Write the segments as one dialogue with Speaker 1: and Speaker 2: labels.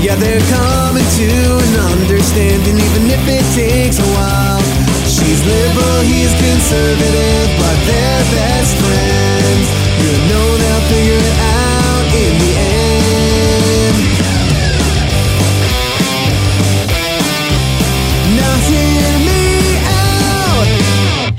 Speaker 1: Yeah, they're coming to an understanding, even if it takes a while. She's liberal, he's conservative, but they're best friends. You'll know they'll figure it out in the end. Now hear me out.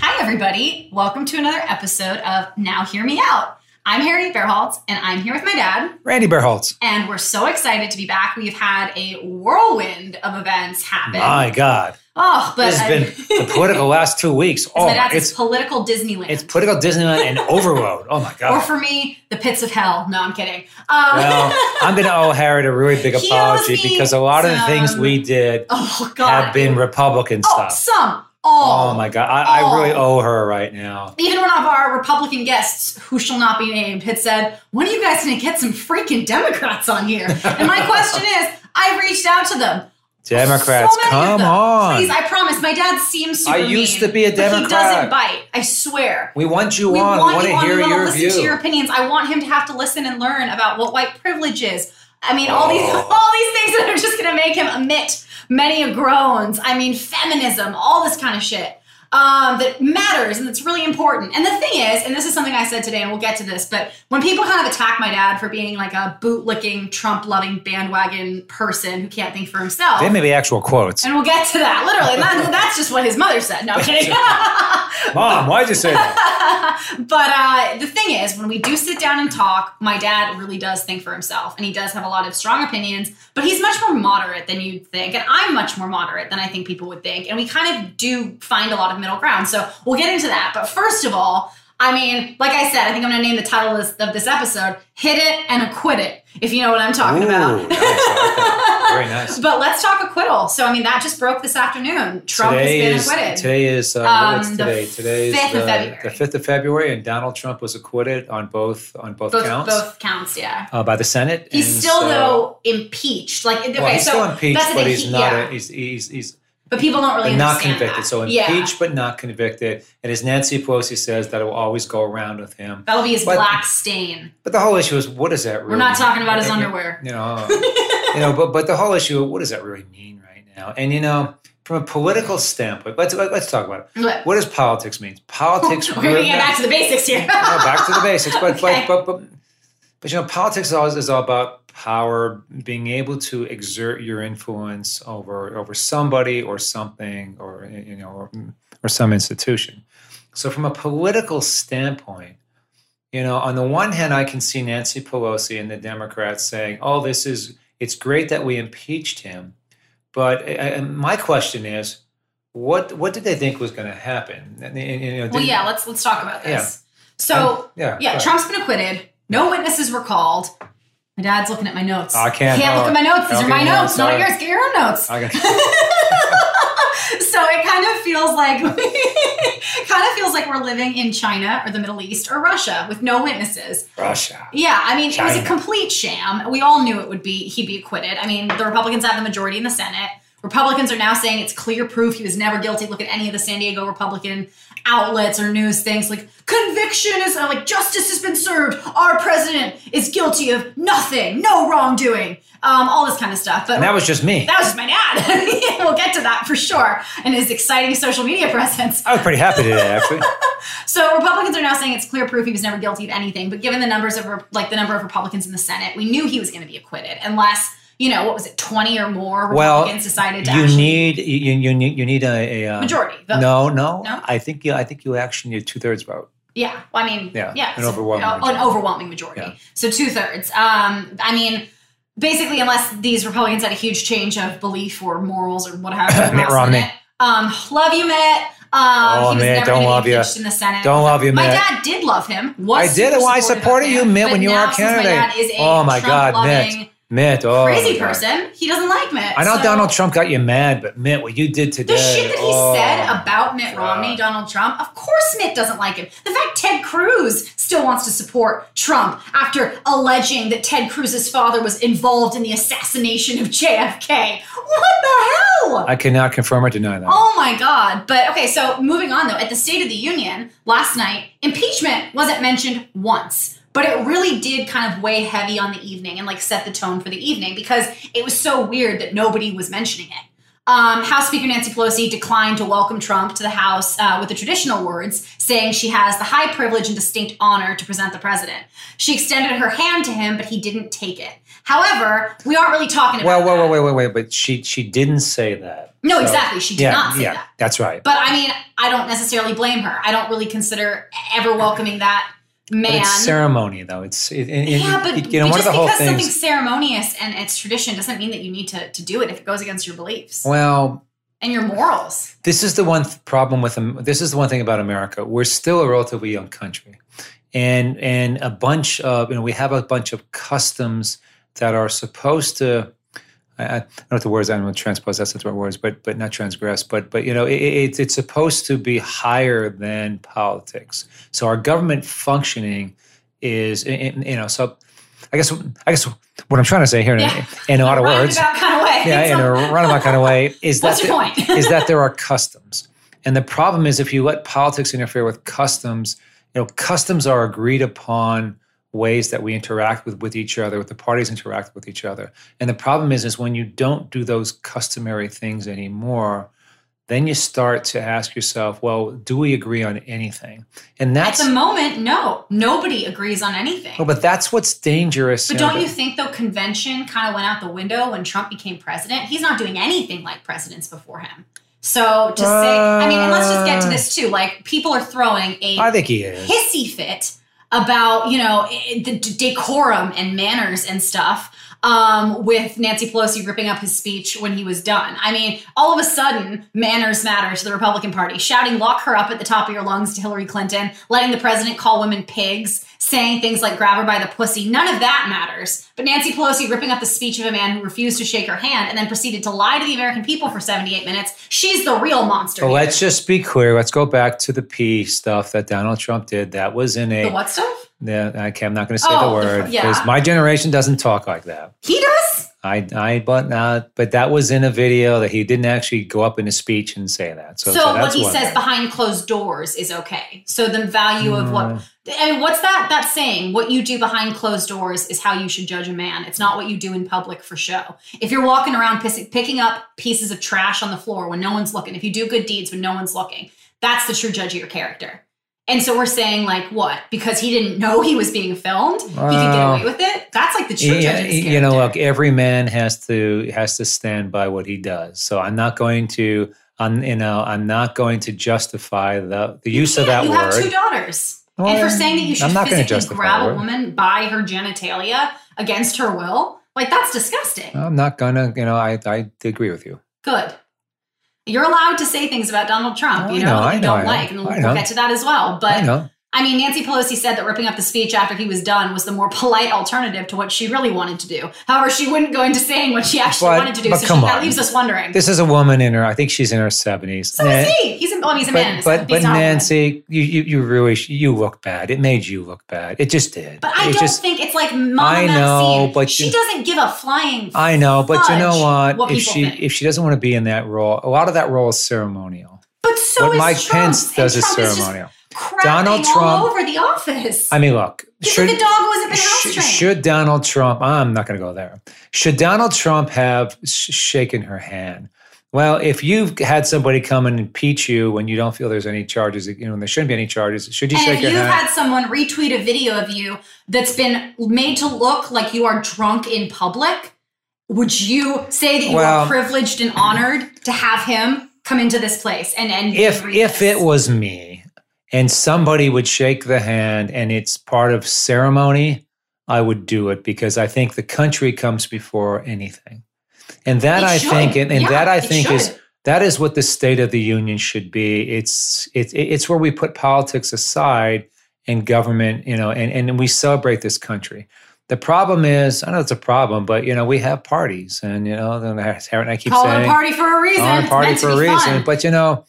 Speaker 2: Hi, everybody. Welcome to another episode of Now Hear Me Out. I'm Harry Bearhaltz, and I'm here with my dad,
Speaker 3: Randy Berholtz.
Speaker 2: and we're so excited to be back. We've had a whirlwind of events happen.
Speaker 3: My God,
Speaker 2: Oh, but
Speaker 3: this has been the political last two weeks. Oh,
Speaker 2: my dad's
Speaker 3: it's
Speaker 2: political Disneyland.
Speaker 3: it's political Disneyland and overload. Oh my
Speaker 2: or
Speaker 3: God.
Speaker 2: for me, the pits of hell. No, I'm kidding. Um,
Speaker 3: Well, I'm going to owe Harry a really big
Speaker 2: He
Speaker 3: apology
Speaker 2: owes me
Speaker 3: because a lot of the things
Speaker 2: some-
Speaker 3: we did
Speaker 2: oh God,
Speaker 3: have been Republican
Speaker 2: oh,
Speaker 3: stuff.
Speaker 2: some all.
Speaker 3: Oh my God, I, I really
Speaker 2: all.
Speaker 3: owe her right now.
Speaker 2: Even one of our Republican guests, who shall not be named, had said, When are you guys going to get some freaking Democrats on here? And my question is, I've reached out to them.
Speaker 3: Democrats,
Speaker 2: So many of
Speaker 3: come
Speaker 2: them.
Speaker 3: on.
Speaker 2: Please, I promise. My dad seems super
Speaker 3: I used
Speaker 2: mean,
Speaker 3: to be a
Speaker 2: but He
Speaker 3: Democrat.
Speaker 2: doesn't bite. I swear.
Speaker 3: we want you
Speaker 2: We
Speaker 3: on.
Speaker 2: want
Speaker 3: we
Speaker 2: you
Speaker 3: want
Speaker 2: on. We
Speaker 3: to hear
Speaker 2: want to
Speaker 3: your
Speaker 2: listen
Speaker 3: view.
Speaker 2: to your opinions. I want him to have to listen and learn about what white privilege is. I mean, all these all these
Speaker 3: Oh.
Speaker 2: things that are just going to make him emit many groans. I mean, feminism, all this kind of shit um, that matters and that's really important. And the thing is, and this is something I said today, and we'll get to this, but when people kind of attack my dad for being like a bootlicking, Trump-loving bandwagon person who can't think for himself,
Speaker 3: they may be actual quotes.
Speaker 2: and we'll get to that literally. And that- that's just what his mother said. No I'm kidding.
Speaker 3: Mom, why'd you say that?
Speaker 2: but uh, the thing is, when we do sit down and talk, my dad really does think for himself, and he does have a lot of strong opinions. But he's much more moderate than you'd think, and I'm much more moderate than I think people would think. And we kind of do find a lot of middle ground. So we'll get into that. But first of all. I mean, like I said, I think I'm going to name the title of this- of this episode Hit It and Acquit It, if you know what I'm talking
Speaker 3: Ooh,
Speaker 2: about.
Speaker 3: nice. I like that. Very nice.
Speaker 2: But let's talk acquittal. So I mean, that just broke this afternoon. Trump
Speaker 3: today
Speaker 2: has been acquitted.
Speaker 3: is today is uh,
Speaker 2: Um,
Speaker 3: what is
Speaker 2: the
Speaker 3: today? Today is
Speaker 2: 5th
Speaker 3: the,
Speaker 2: of February.
Speaker 3: the fifth of February, and Donald Trump was acquitted on both on both,
Speaker 2: both,
Speaker 3: counts
Speaker 2: both counts, yeah.
Speaker 3: Uh, by the Senate.
Speaker 2: He's
Speaker 3: and
Speaker 2: still
Speaker 3: so-
Speaker 2: though impeached. Like okay,
Speaker 3: Well, he's
Speaker 2: so
Speaker 3: still impeached,
Speaker 2: that's the
Speaker 3: but
Speaker 2: thing,
Speaker 3: he's
Speaker 2: he-
Speaker 3: not.
Speaker 2: yeah.
Speaker 3: A, he's he's he's
Speaker 2: but people don't really
Speaker 3: but not
Speaker 2: understand
Speaker 3: convicted.
Speaker 2: that.
Speaker 3: So
Speaker 2: Yeah.
Speaker 3: impeached, but not convicted. And as Nancy Pelosi says, that will always go around with him.
Speaker 2: That'll be his
Speaker 3: But-
Speaker 2: black stain.
Speaker 3: But the whole issue is, what does that really?
Speaker 2: We're not talking about his
Speaker 3: you know,
Speaker 2: underwear.
Speaker 3: You know, you know, but but the whole issue, what does that really mean right now? And you know, from a political standpoint, let's let's talk about it.
Speaker 2: Look,
Speaker 3: What does politics mean? Politics.
Speaker 2: We're gonna
Speaker 3: really-
Speaker 2: get back to the basics here.
Speaker 3: no, back to the basics. But,
Speaker 2: Okay.
Speaker 3: but, but, but, but you know, politics is all, is all about power, being able to exert your influence over over somebody or something, or you know, or, or some institution. So, from a political standpoint, you know, on the one hand, I can see Nancy Pelosi and the Democrats saying, "Oh, this is it's great that we impeached him," but uh, uh, my question is. What, what did they think was going to happen? And, and, you know,
Speaker 2: well,
Speaker 3: did-
Speaker 2: yeah, let's let's talk about this.
Speaker 3: and-
Speaker 2: So
Speaker 3: yeah,
Speaker 2: yeah,
Speaker 3: go ahead.
Speaker 2: Trump's been acquitted. No witnesses were called. My dad's looking at my notes.
Speaker 3: I can't-
Speaker 2: Can't look
Speaker 3: oh,
Speaker 2: at my notes. These are
Speaker 3: okay,
Speaker 2: my
Speaker 3: yeah,
Speaker 2: notes, not
Speaker 3: sorry.
Speaker 2: yours. Get your own notes.
Speaker 3: I got-
Speaker 2: so it kind of feels like kind of feels like we're living in China or the Middle East or Russia with no witnesses.
Speaker 3: Russia.
Speaker 2: Yeah, I mean it was a
Speaker 3: China.
Speaker 2: complete sham. We all knew it would be he'd be acquitted. I mean, the Republicans have the majority in the Senate. Republicans are now saying it's clear proof he was never guilty. Look at any of the San Diego Republican outlets or news things like conviction is uh, like justice has been served. Our president is guilty of nothing, no wrongdoing, um, all this kind of stuff. But
Speaker 3: And that was just me.
Speaker 2: that was just my dad. we'll get to that for sure. And his exciting social media presence.
Speaker 3: I was pretty happy today, actually.
Speaker 2: So Republicans are now saying it's clear proof he was never guilty of anything. But given the numbers of like the number of Republicans in the Senate, we knew he was going to be acquitted unless you know what was it, twenty or more
Speaker 3: Well,
Speaker 2: Republicans decided to
Speaker 3: you
Speaker 2: actually
Speaker 3: need you, you need you need a, a um,
Speaker 2: majority. vote.
Speaker 3: No, no,
Speaker 2: No?
Speaker 3: I think you I think you actually need a two thirds vote.
Speaker 2: Yeah, well, I mean, yeah,
Speaker 3: Yeah, an
Speaker 2: so-
Speaker 3: overwhelming
Speaker 2: uh, an
Speaker 3: majority.
Speaker 2: overwhelming majority.
Speaker 3: Yeah.
Speaker 2: So two thirds. Um, I mean, basically, unless these Republicans had a huge change of belief or morals or whatever.
Speaker 3: Mitt Romney.
Speaker 2: Um, love you, Mitt. Um,
Speaker 3: Oh,
Speaker 2: he was
Speaker 3: Mitt,
Speaker 2: never
Speaker 3: don't
Speaker 2: gonna be
Speaker 3: love ya.
Speaker 2: impeached in the Senate.
Speaker 3: Don't love you,
Speaker 2: my
Speaker 3: Mitt.
Speaker 2: dad did love him. Was
Speaker 3: I did it.
Speaker 2: super
Speaker 3: Well, I
Speaker 2: supportive
Speaker 3: supported
Speaker 2: of
Speaker 3: you,
Speaker 2: him,
Speaker 3: Mitt,
Speaker 2: but
Speaker 3: when you were
Speaker 2: now,
Speaker 3: our
Speaker 2: since my
Speaker 3: candidate.
Speaker 2: dad is a
Speaker 3: Oh my God,
Speaker 2: Trump-loving,
Speaker 3: Mitt, Mitt, oh
Speaker 2: Crazy
Speaker 3: my God.
Speaker 2: person. He doesn't like Mitt.
Speaker 3: I know
Speaker 2: so-
Speaker 3: Donald Trump got you mad, but Mitt, what you did today.
Speaker 2: the shit that he
Speaker 3: oh.
Speaker 2: said about Mitt
Speaker 3: God.
Speaker 2: Romney, Donald Trump, of course Mitt doesn't like him. The fact Ted Cruz still wants to support Trump after alleging that Ted Cruz's father was involved in the assassination of JFK. What the hell?
Speaker 3: I cannot confirm or deny that.
Speaker 2: Oh my God. But okay, so moving on though, at the State of the Union last night, impeachment wasn't mentioned once. But it really did kind of weigh heavy on the evening and like set the tone for the evening because it was so weird that nobody was mentioning it. Um, House Speaker Nancy Pelosi declined to welcome Trump to the House uh, with the traditional words, saying she has the high privilege and distinct honor to present the president. She extended her hand to him, but he didn't take it. However, we aren't really talking about.
Speaker 3: Well, wait,
Speaker 2: that.
Speaker 3: wait, wait, wait, wait. But she she didn't say that.
Speaker 2: No,
Speaker 3: So-
Speaker 2: exactly. She did
Speaker 3: yeah,
Speaker 2: not say
Speaker 3: yeah,
Speaker 2: that.
Speaker 3: that's right.
Speaker 2: But I mean, I don't necessarily blame her. I don't really consider ever welcoming that
Speaker 3: But
Speaker 2: man.
Speaker 3: it's ceremony, though. It's it, it, it-
Speaker 2: yeah, but
Speaker 3: it- you know one
Speaker 2: just
Speaker 3: of the whole
Speaker 2: because
Speaker 3: things.
Speaker 2: something's ceremonious and it's tradition doesn't mean that you need to, to do it if it goes against your beliefs
Speaker 3: Well,
Speaker 2: and your morals.
Speaker 3: this is the one th- problem with Am- this is the one thing about America. We're still a relatively young country, and and a bunch of you know we have a bunch of customs that are supposed to. I, I don't know what the words. I don't know transpose. That's not the right words, but but not transgress. But but you know it, it, it's supposed to be higher than politics. So our government functioning is i- i- you know so. I guess I guess what I'm trying to say here in,
Speaker 2: Yeah.
Speaker 3: in a lot of words
Speaker 2: Roundabout kind of way.
Speaker 3: yeah, in a roundabout kind of way,
Speaker 2: What's
Speaker 3: is that
Speaker 2: your point?
Speaker 3: is that there are customs, and the problem is if you let politics interfere with customs, you know, customs are agreed upon ways that we interact with with each other, with the parties interact with each other, and the problem is is when you don't do those customary things anymore. Then you start to ask yourself, well, do we agree on anything? And
Speaker 2: At
Speaker 3: that's
Speaker 2: the moment, no. Nobody agrees on anything.
Speaker 3: no, but that's what's dangerous.
Speaker 2: But
Speaker 3: know,
Speaker 2: don't
Speaker 3: that-
Speaker 2: you think though convention kind of went out the window when Trump became president? He's not doing anything like presidents before him. So to say, I mean, and let's just get to this too. Like people are throwing a
Speaker 3: Uh, I think he is.
Speaker 2: hissy fit about you know i- the d- decorum and manners and stuff um, with Nancy Pelosi ripping up his speech when he was done. I mean, all of a sudden, manners matter to the Republican Party. Shouting "lock her up" at the top of your lungs to Hillary Clinton, letting the president call women pigs, saying things like "grab her by the pussy." None of that matters. But Nancy Pelosi ripping up the speech of a man who refused to shake her hand and then proceeded to lie to the American people for seventy-eight minutes. She's the real monster.
Speaker 3: But
Speaker 2: here.
Speaker 3: let's just be clear. Let's go back to the P stuff that Donald Trump did. That was in
Speaker 2: the
Speaker 3: a.
Speaker 2: what stuff?
Speaker 3: Yeah, I can't, I'm not going to say
Speaker 2: Oh,
Speaker 3: the
Speaker 2: the
Speaker 3: word
Speaker 2: fr- yeah.
Speaker 3: because my generation doesn't talk like that.
Speaker 2: He does.
Speaker 3: I, I, but not. But that was in a video that he didn't actually go up in a speech and say that. So,
Speaker 2: So,
Speaker 3: so
Speaker 2: what
Speaker 3: that's
Speaker 2: he
Speaker 3: one
Speaker 2: says
Speaker 3: thing.
Speaker 2: behind closed doors is okay. So the value of
Speaker 3: Mm.
Speaker 2: what I mean, what's that that saying? What you do behind closed doors is how you should judge a man. It's not what you do in public for show. If you're walking around pissing, picking up pieces of trash on the floor when no one's looking, if you do good deeds when no one's looking, that's the true judge of your character. And so we're saying like what? Because he didn't know he was being filmed, he could get
Speaker 3: Well,
Speaker 2: away with it. That's like the true
Speaker 3: Uh, Yeah,
Speaker 2: judge. Of his
Speaker 3: you know,
Speaker 2: character.
Speaker 3: look, every man has to has to stand by what he does. So I'm not going to, I'm, you know, I'm not going to justify the the use of
Speaker 2: Yeah,
Speaker 3: that
Speaker 2: you
Speaker 3: word.
Speaker 2: have two daughters.
Speaker 3: Well,
Speaker 2: and for saying that you should
Speaker 3: I'm not gonna
Speaker 2: physically
Speaker 3: justify
Speaker 2: grab
Speaker 3: it.
Speaker 2: a woman by her genitalia against her will, like that's disgusting.
Speaker 3: I'm not gonna, you know, I I agree with you.
Speaker 2: Good. You're allowed to say things about Donald Trump,
Speaker 3: I
Speaker 2: you know,
Speaker 3: know,
Speaker 2: that
Speaker 3: I
Speaker 2: you
Speaker 3: know,
Speaker 2: don't
Speaker 3: I know,
Speaker 2: like, and
Speaker 3: I
Speaker 2: we'll
Speaker 3: know.
Speaker 2: get to that as well.
Speaker 3: I
Speaker 2: But
Speaker 3: know.
Speaker 2: I mean, Nancy Pelosi said that ripping up the speech after he was done was the more polite alternative to what she really wanted to do. However, she wouldn't go into saying what she actually
Speaker 3: But-
Speaker 2: wanted to do,
Speaker 3: but
Speaker 2: so
Speaker 3: come
Speaker 2: she, that
Speaker 3: on.
Speaker 2: leaves us wondering.
Speaker 3: This is a woman in her. I think she's in her seventies. Eh,
Speaker 2: so is he. He's a, well, he's a man.
Speaker 3: But
Speaker 2: so
Speaker 3: but,
Speaker 2: he's
Speaker 3: but
Speaker 2: not a woman.
Speaker 3: Nancy, you, you you really sh- you look bad. It made you look bad. It just did.
Speaker 2: But I
Speaker 3: it
Speaker 2: don't
Speaker 3: just,
Speaker 2: think it's like Mama
Speaker 3: I know,
Speaker 2: Maxine.
Speaker 3: but
Speaker 2: she
Speaker 3: you-
Speaker 2: doesn't give a flying.
Speaker 3: I know, but you know
Speaker 2: fudge
Speaker 3: what?
Speaker 2: what
Speaker 3: if
Speaker 2: people
Speaker 3: she
Speaker 2: think.
Speaker 3: if she doesn't want to be in that role, a lot of that role is ceremonial.
Speaker 2: But so
Speaker 3: what
Speaker 2: is
Speaker 3: Mike
Speaker 2: Trump,
Speaker 3: Pence
Speaker 2: and
Speaker 3: does is
Speaker 2: Trump just
Speaker 3: ceremonial.
Speaker 2: crapping
Speaker 3: Donald Trump-
Speaker 2: all over the office.
Speaker 3: I mean, look.
Speaker 2: He's like a dog who hasn't been house
Speaker 3: sh-
Speaker 2: trained.
Speaker 3: should Donald Trump? I'm not going to go there. Should Donald Trump have sh- shaken her hand? Well, if you've had somebody come and impeach you when you don't feel there's any charges, you know, and there shouldn't be any charges, should you
Speaker 2: and
Speaker 3: shake
Speaker 2: if
Speaker 3: her
Speaker 2: you've
Speaker 3: hand?
Speaker 2: had someone retweet a video of you that's been made to look like you are drunk in public, would you say that you
Speaker 3: Well-
Speaker 2: are privileged and honored to have him come into this place? And and
Speaker 3: if
Speaker 2: read
Speaker 3: if
Speaker 2: this?
Speaker 3: it was me and somebody would shake the hand and it's part of ceremony i would do it because i think the country comes before anything and that
Speaker 2: It
Speaker 3: i
Speaker 2: should.
Speaker 3: think and, and
Speaker 2: Yeah,
Speaker 3: that i
Speaker 2: it
Speaker 3: think is
Speaker 2: should.
Speaker 3: that is what the state of the union should be it's it's it's where we put politics aside and government you know and and we celebrate this country the problem is i know it's a problem but you know we have parties and you know then i I keep
Speaker 2: call
Speaker 3: saying
Speaker 2: it a party for a reason.
Speaker 3: on
Speaker 2: It's
Speaker 3: party
Speaker 2: meant to
Speaker 3: for a
Speaker 2: be
Speaker 3: reason.
Speaker 2: fun.
Speaker 3: But you know,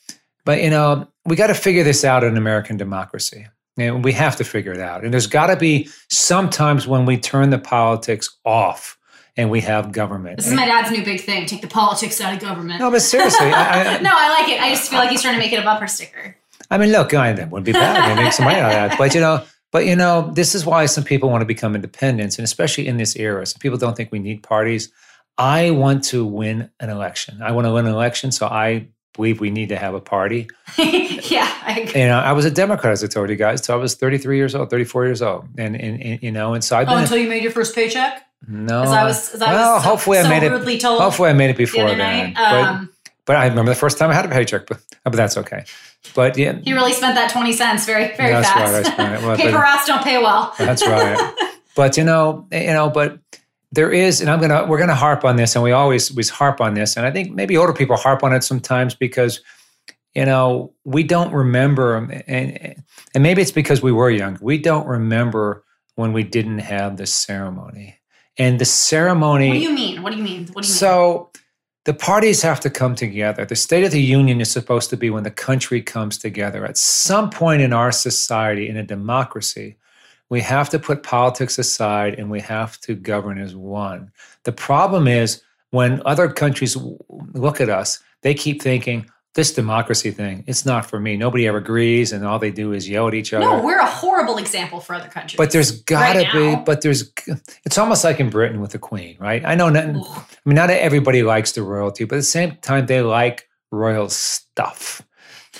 Speaker 3: but you know, we got to figure this out in American democracy. And we have to figure it out. And there's got to be sometimes when we turn the politics off and we have government.
Speaker 2: This is my dad's new big thing: take the politics out of government.
Speaker 3: no, but seriously, I, I,
Speaker 2: no, I like it. I just feel like he's trying to make it a bumper sticker.
Speaker 3: I mean, look, I, that would be bad. We make some money out of that. But you know, But you know, this is why some people want to become independents, and especially in this era, some people don't think we need parties. I want to win an election. I want to win an election, so I believe we need to have a party.
Speaker 2: yeah, I agree.
Speaker 3: And I was a Democrat, as I told you guys, so I was 33 years old, 34 years old, and and, and you know, and so I've been
Speaker 2: Oh, until you made your first paycheck?
Speaker 3: no.
Speaker 2: As I was- as I was
Speaker 3: Uh, well,
Speaker 2: so-
Speaker 3: hopefully
Speaker 2: so
Speaker 3: I made
Speaker 2: rudely
Speaker 3: it.
Speaker 2: told
Speaker 3: hopefully I made it
Speaker 2: The
Speaker 3: before
Speaker 2: other
Speaker 3: then.
Speaker 2: night. Um,
Speaker 3: but, but I remember the first time I had a paycheck, but but that's okay. But yeah,
Speaker 2: he really spent that 20 cents very, very
Speaker 3: That's
Speaker 2: fast.
Speaker 3: right, I spent it. Well,
Speaker 2: Paper
Speaker 3: but-
Speaker 2: routes don't pay well.
Speaker 3: That's right. but you know, eh, you know, but there is, and I'm gonna we're gonna harp on this, and we always we harp on this, and I think maybe older people harp on it sometimes because you know we don't remember, and and maybe it's because we were young. We don't remember when we didn't have the ceremony, and the ceremony.
Speaker 2: What do you mean? What do you mean? What do you mean?
Speaker 3: So the parties have to come together. The State of the Union is supposed to be when the country comes together. At some point in our society, in a democracy, we have to put politics aside and we have to govern as one. The problem is when other countries w- look at us, they keep thinking, this democracy thing, it's not for me. Nobody ever agrees, and all they do is yell at each other.
Speaker 2: No, we're a horrible example for other countries.
Speaker 3: uh, But there's gotta
Speaker 2: Right
Speaker 3: be.
Speaker 2: now.
Speaker 3: But there's. It's almost like in Britain with the Queen, right? I know. Not, I mean,
Speaker 2: Ooh.
Speaker 3: not everybody likes the royalty, but at the same time, they like royal stuff.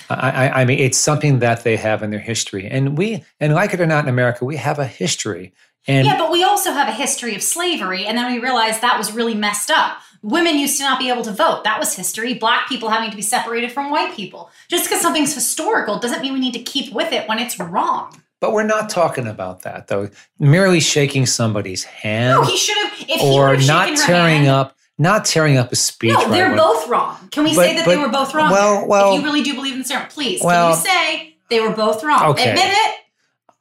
Speaker 3: I, I, I mean, it's something that they have in their history, and we, and like it or not, in America, we have a history. And
Speaker 2: yeah, but we also have a history of slavery, and then we realized that was really messed up. Women used to not be able to vote. That was history. Black people having to be separated from white people. Just because something's historical doesn't mean we need to keep with it when it's wrong.
Speaker 3: but we're not talking about that though. Merely shaking somebody's hand
Speaker 2: No, he should have. If he
Speaker 3: or
Speaker 2: would have
Speaker 3: not
Speaker 2: shaken her
Speaker 3: tearing
Speaker 2: hand-
Speaker 3: up, not tearing up a speech.
Speaker 2: No,
Speaker 3: right
Speaker 2: they're
Speaker 3: away.
Speaker 2: both wrong. Can we
Speaker 3: But-
Speaker 2: say that they
Speaker 3: but-
Speaker 2: were both wrong?
Speaker 3: well,
Speaker 2: there?
Speaker 3: well-
Speaker 2: if you really do believe in the serum, please
Speaker 3: Well-
Speaker 2: can you say they were both wrong?
Speaker 3: Okay.
Speaker 2: Admit it.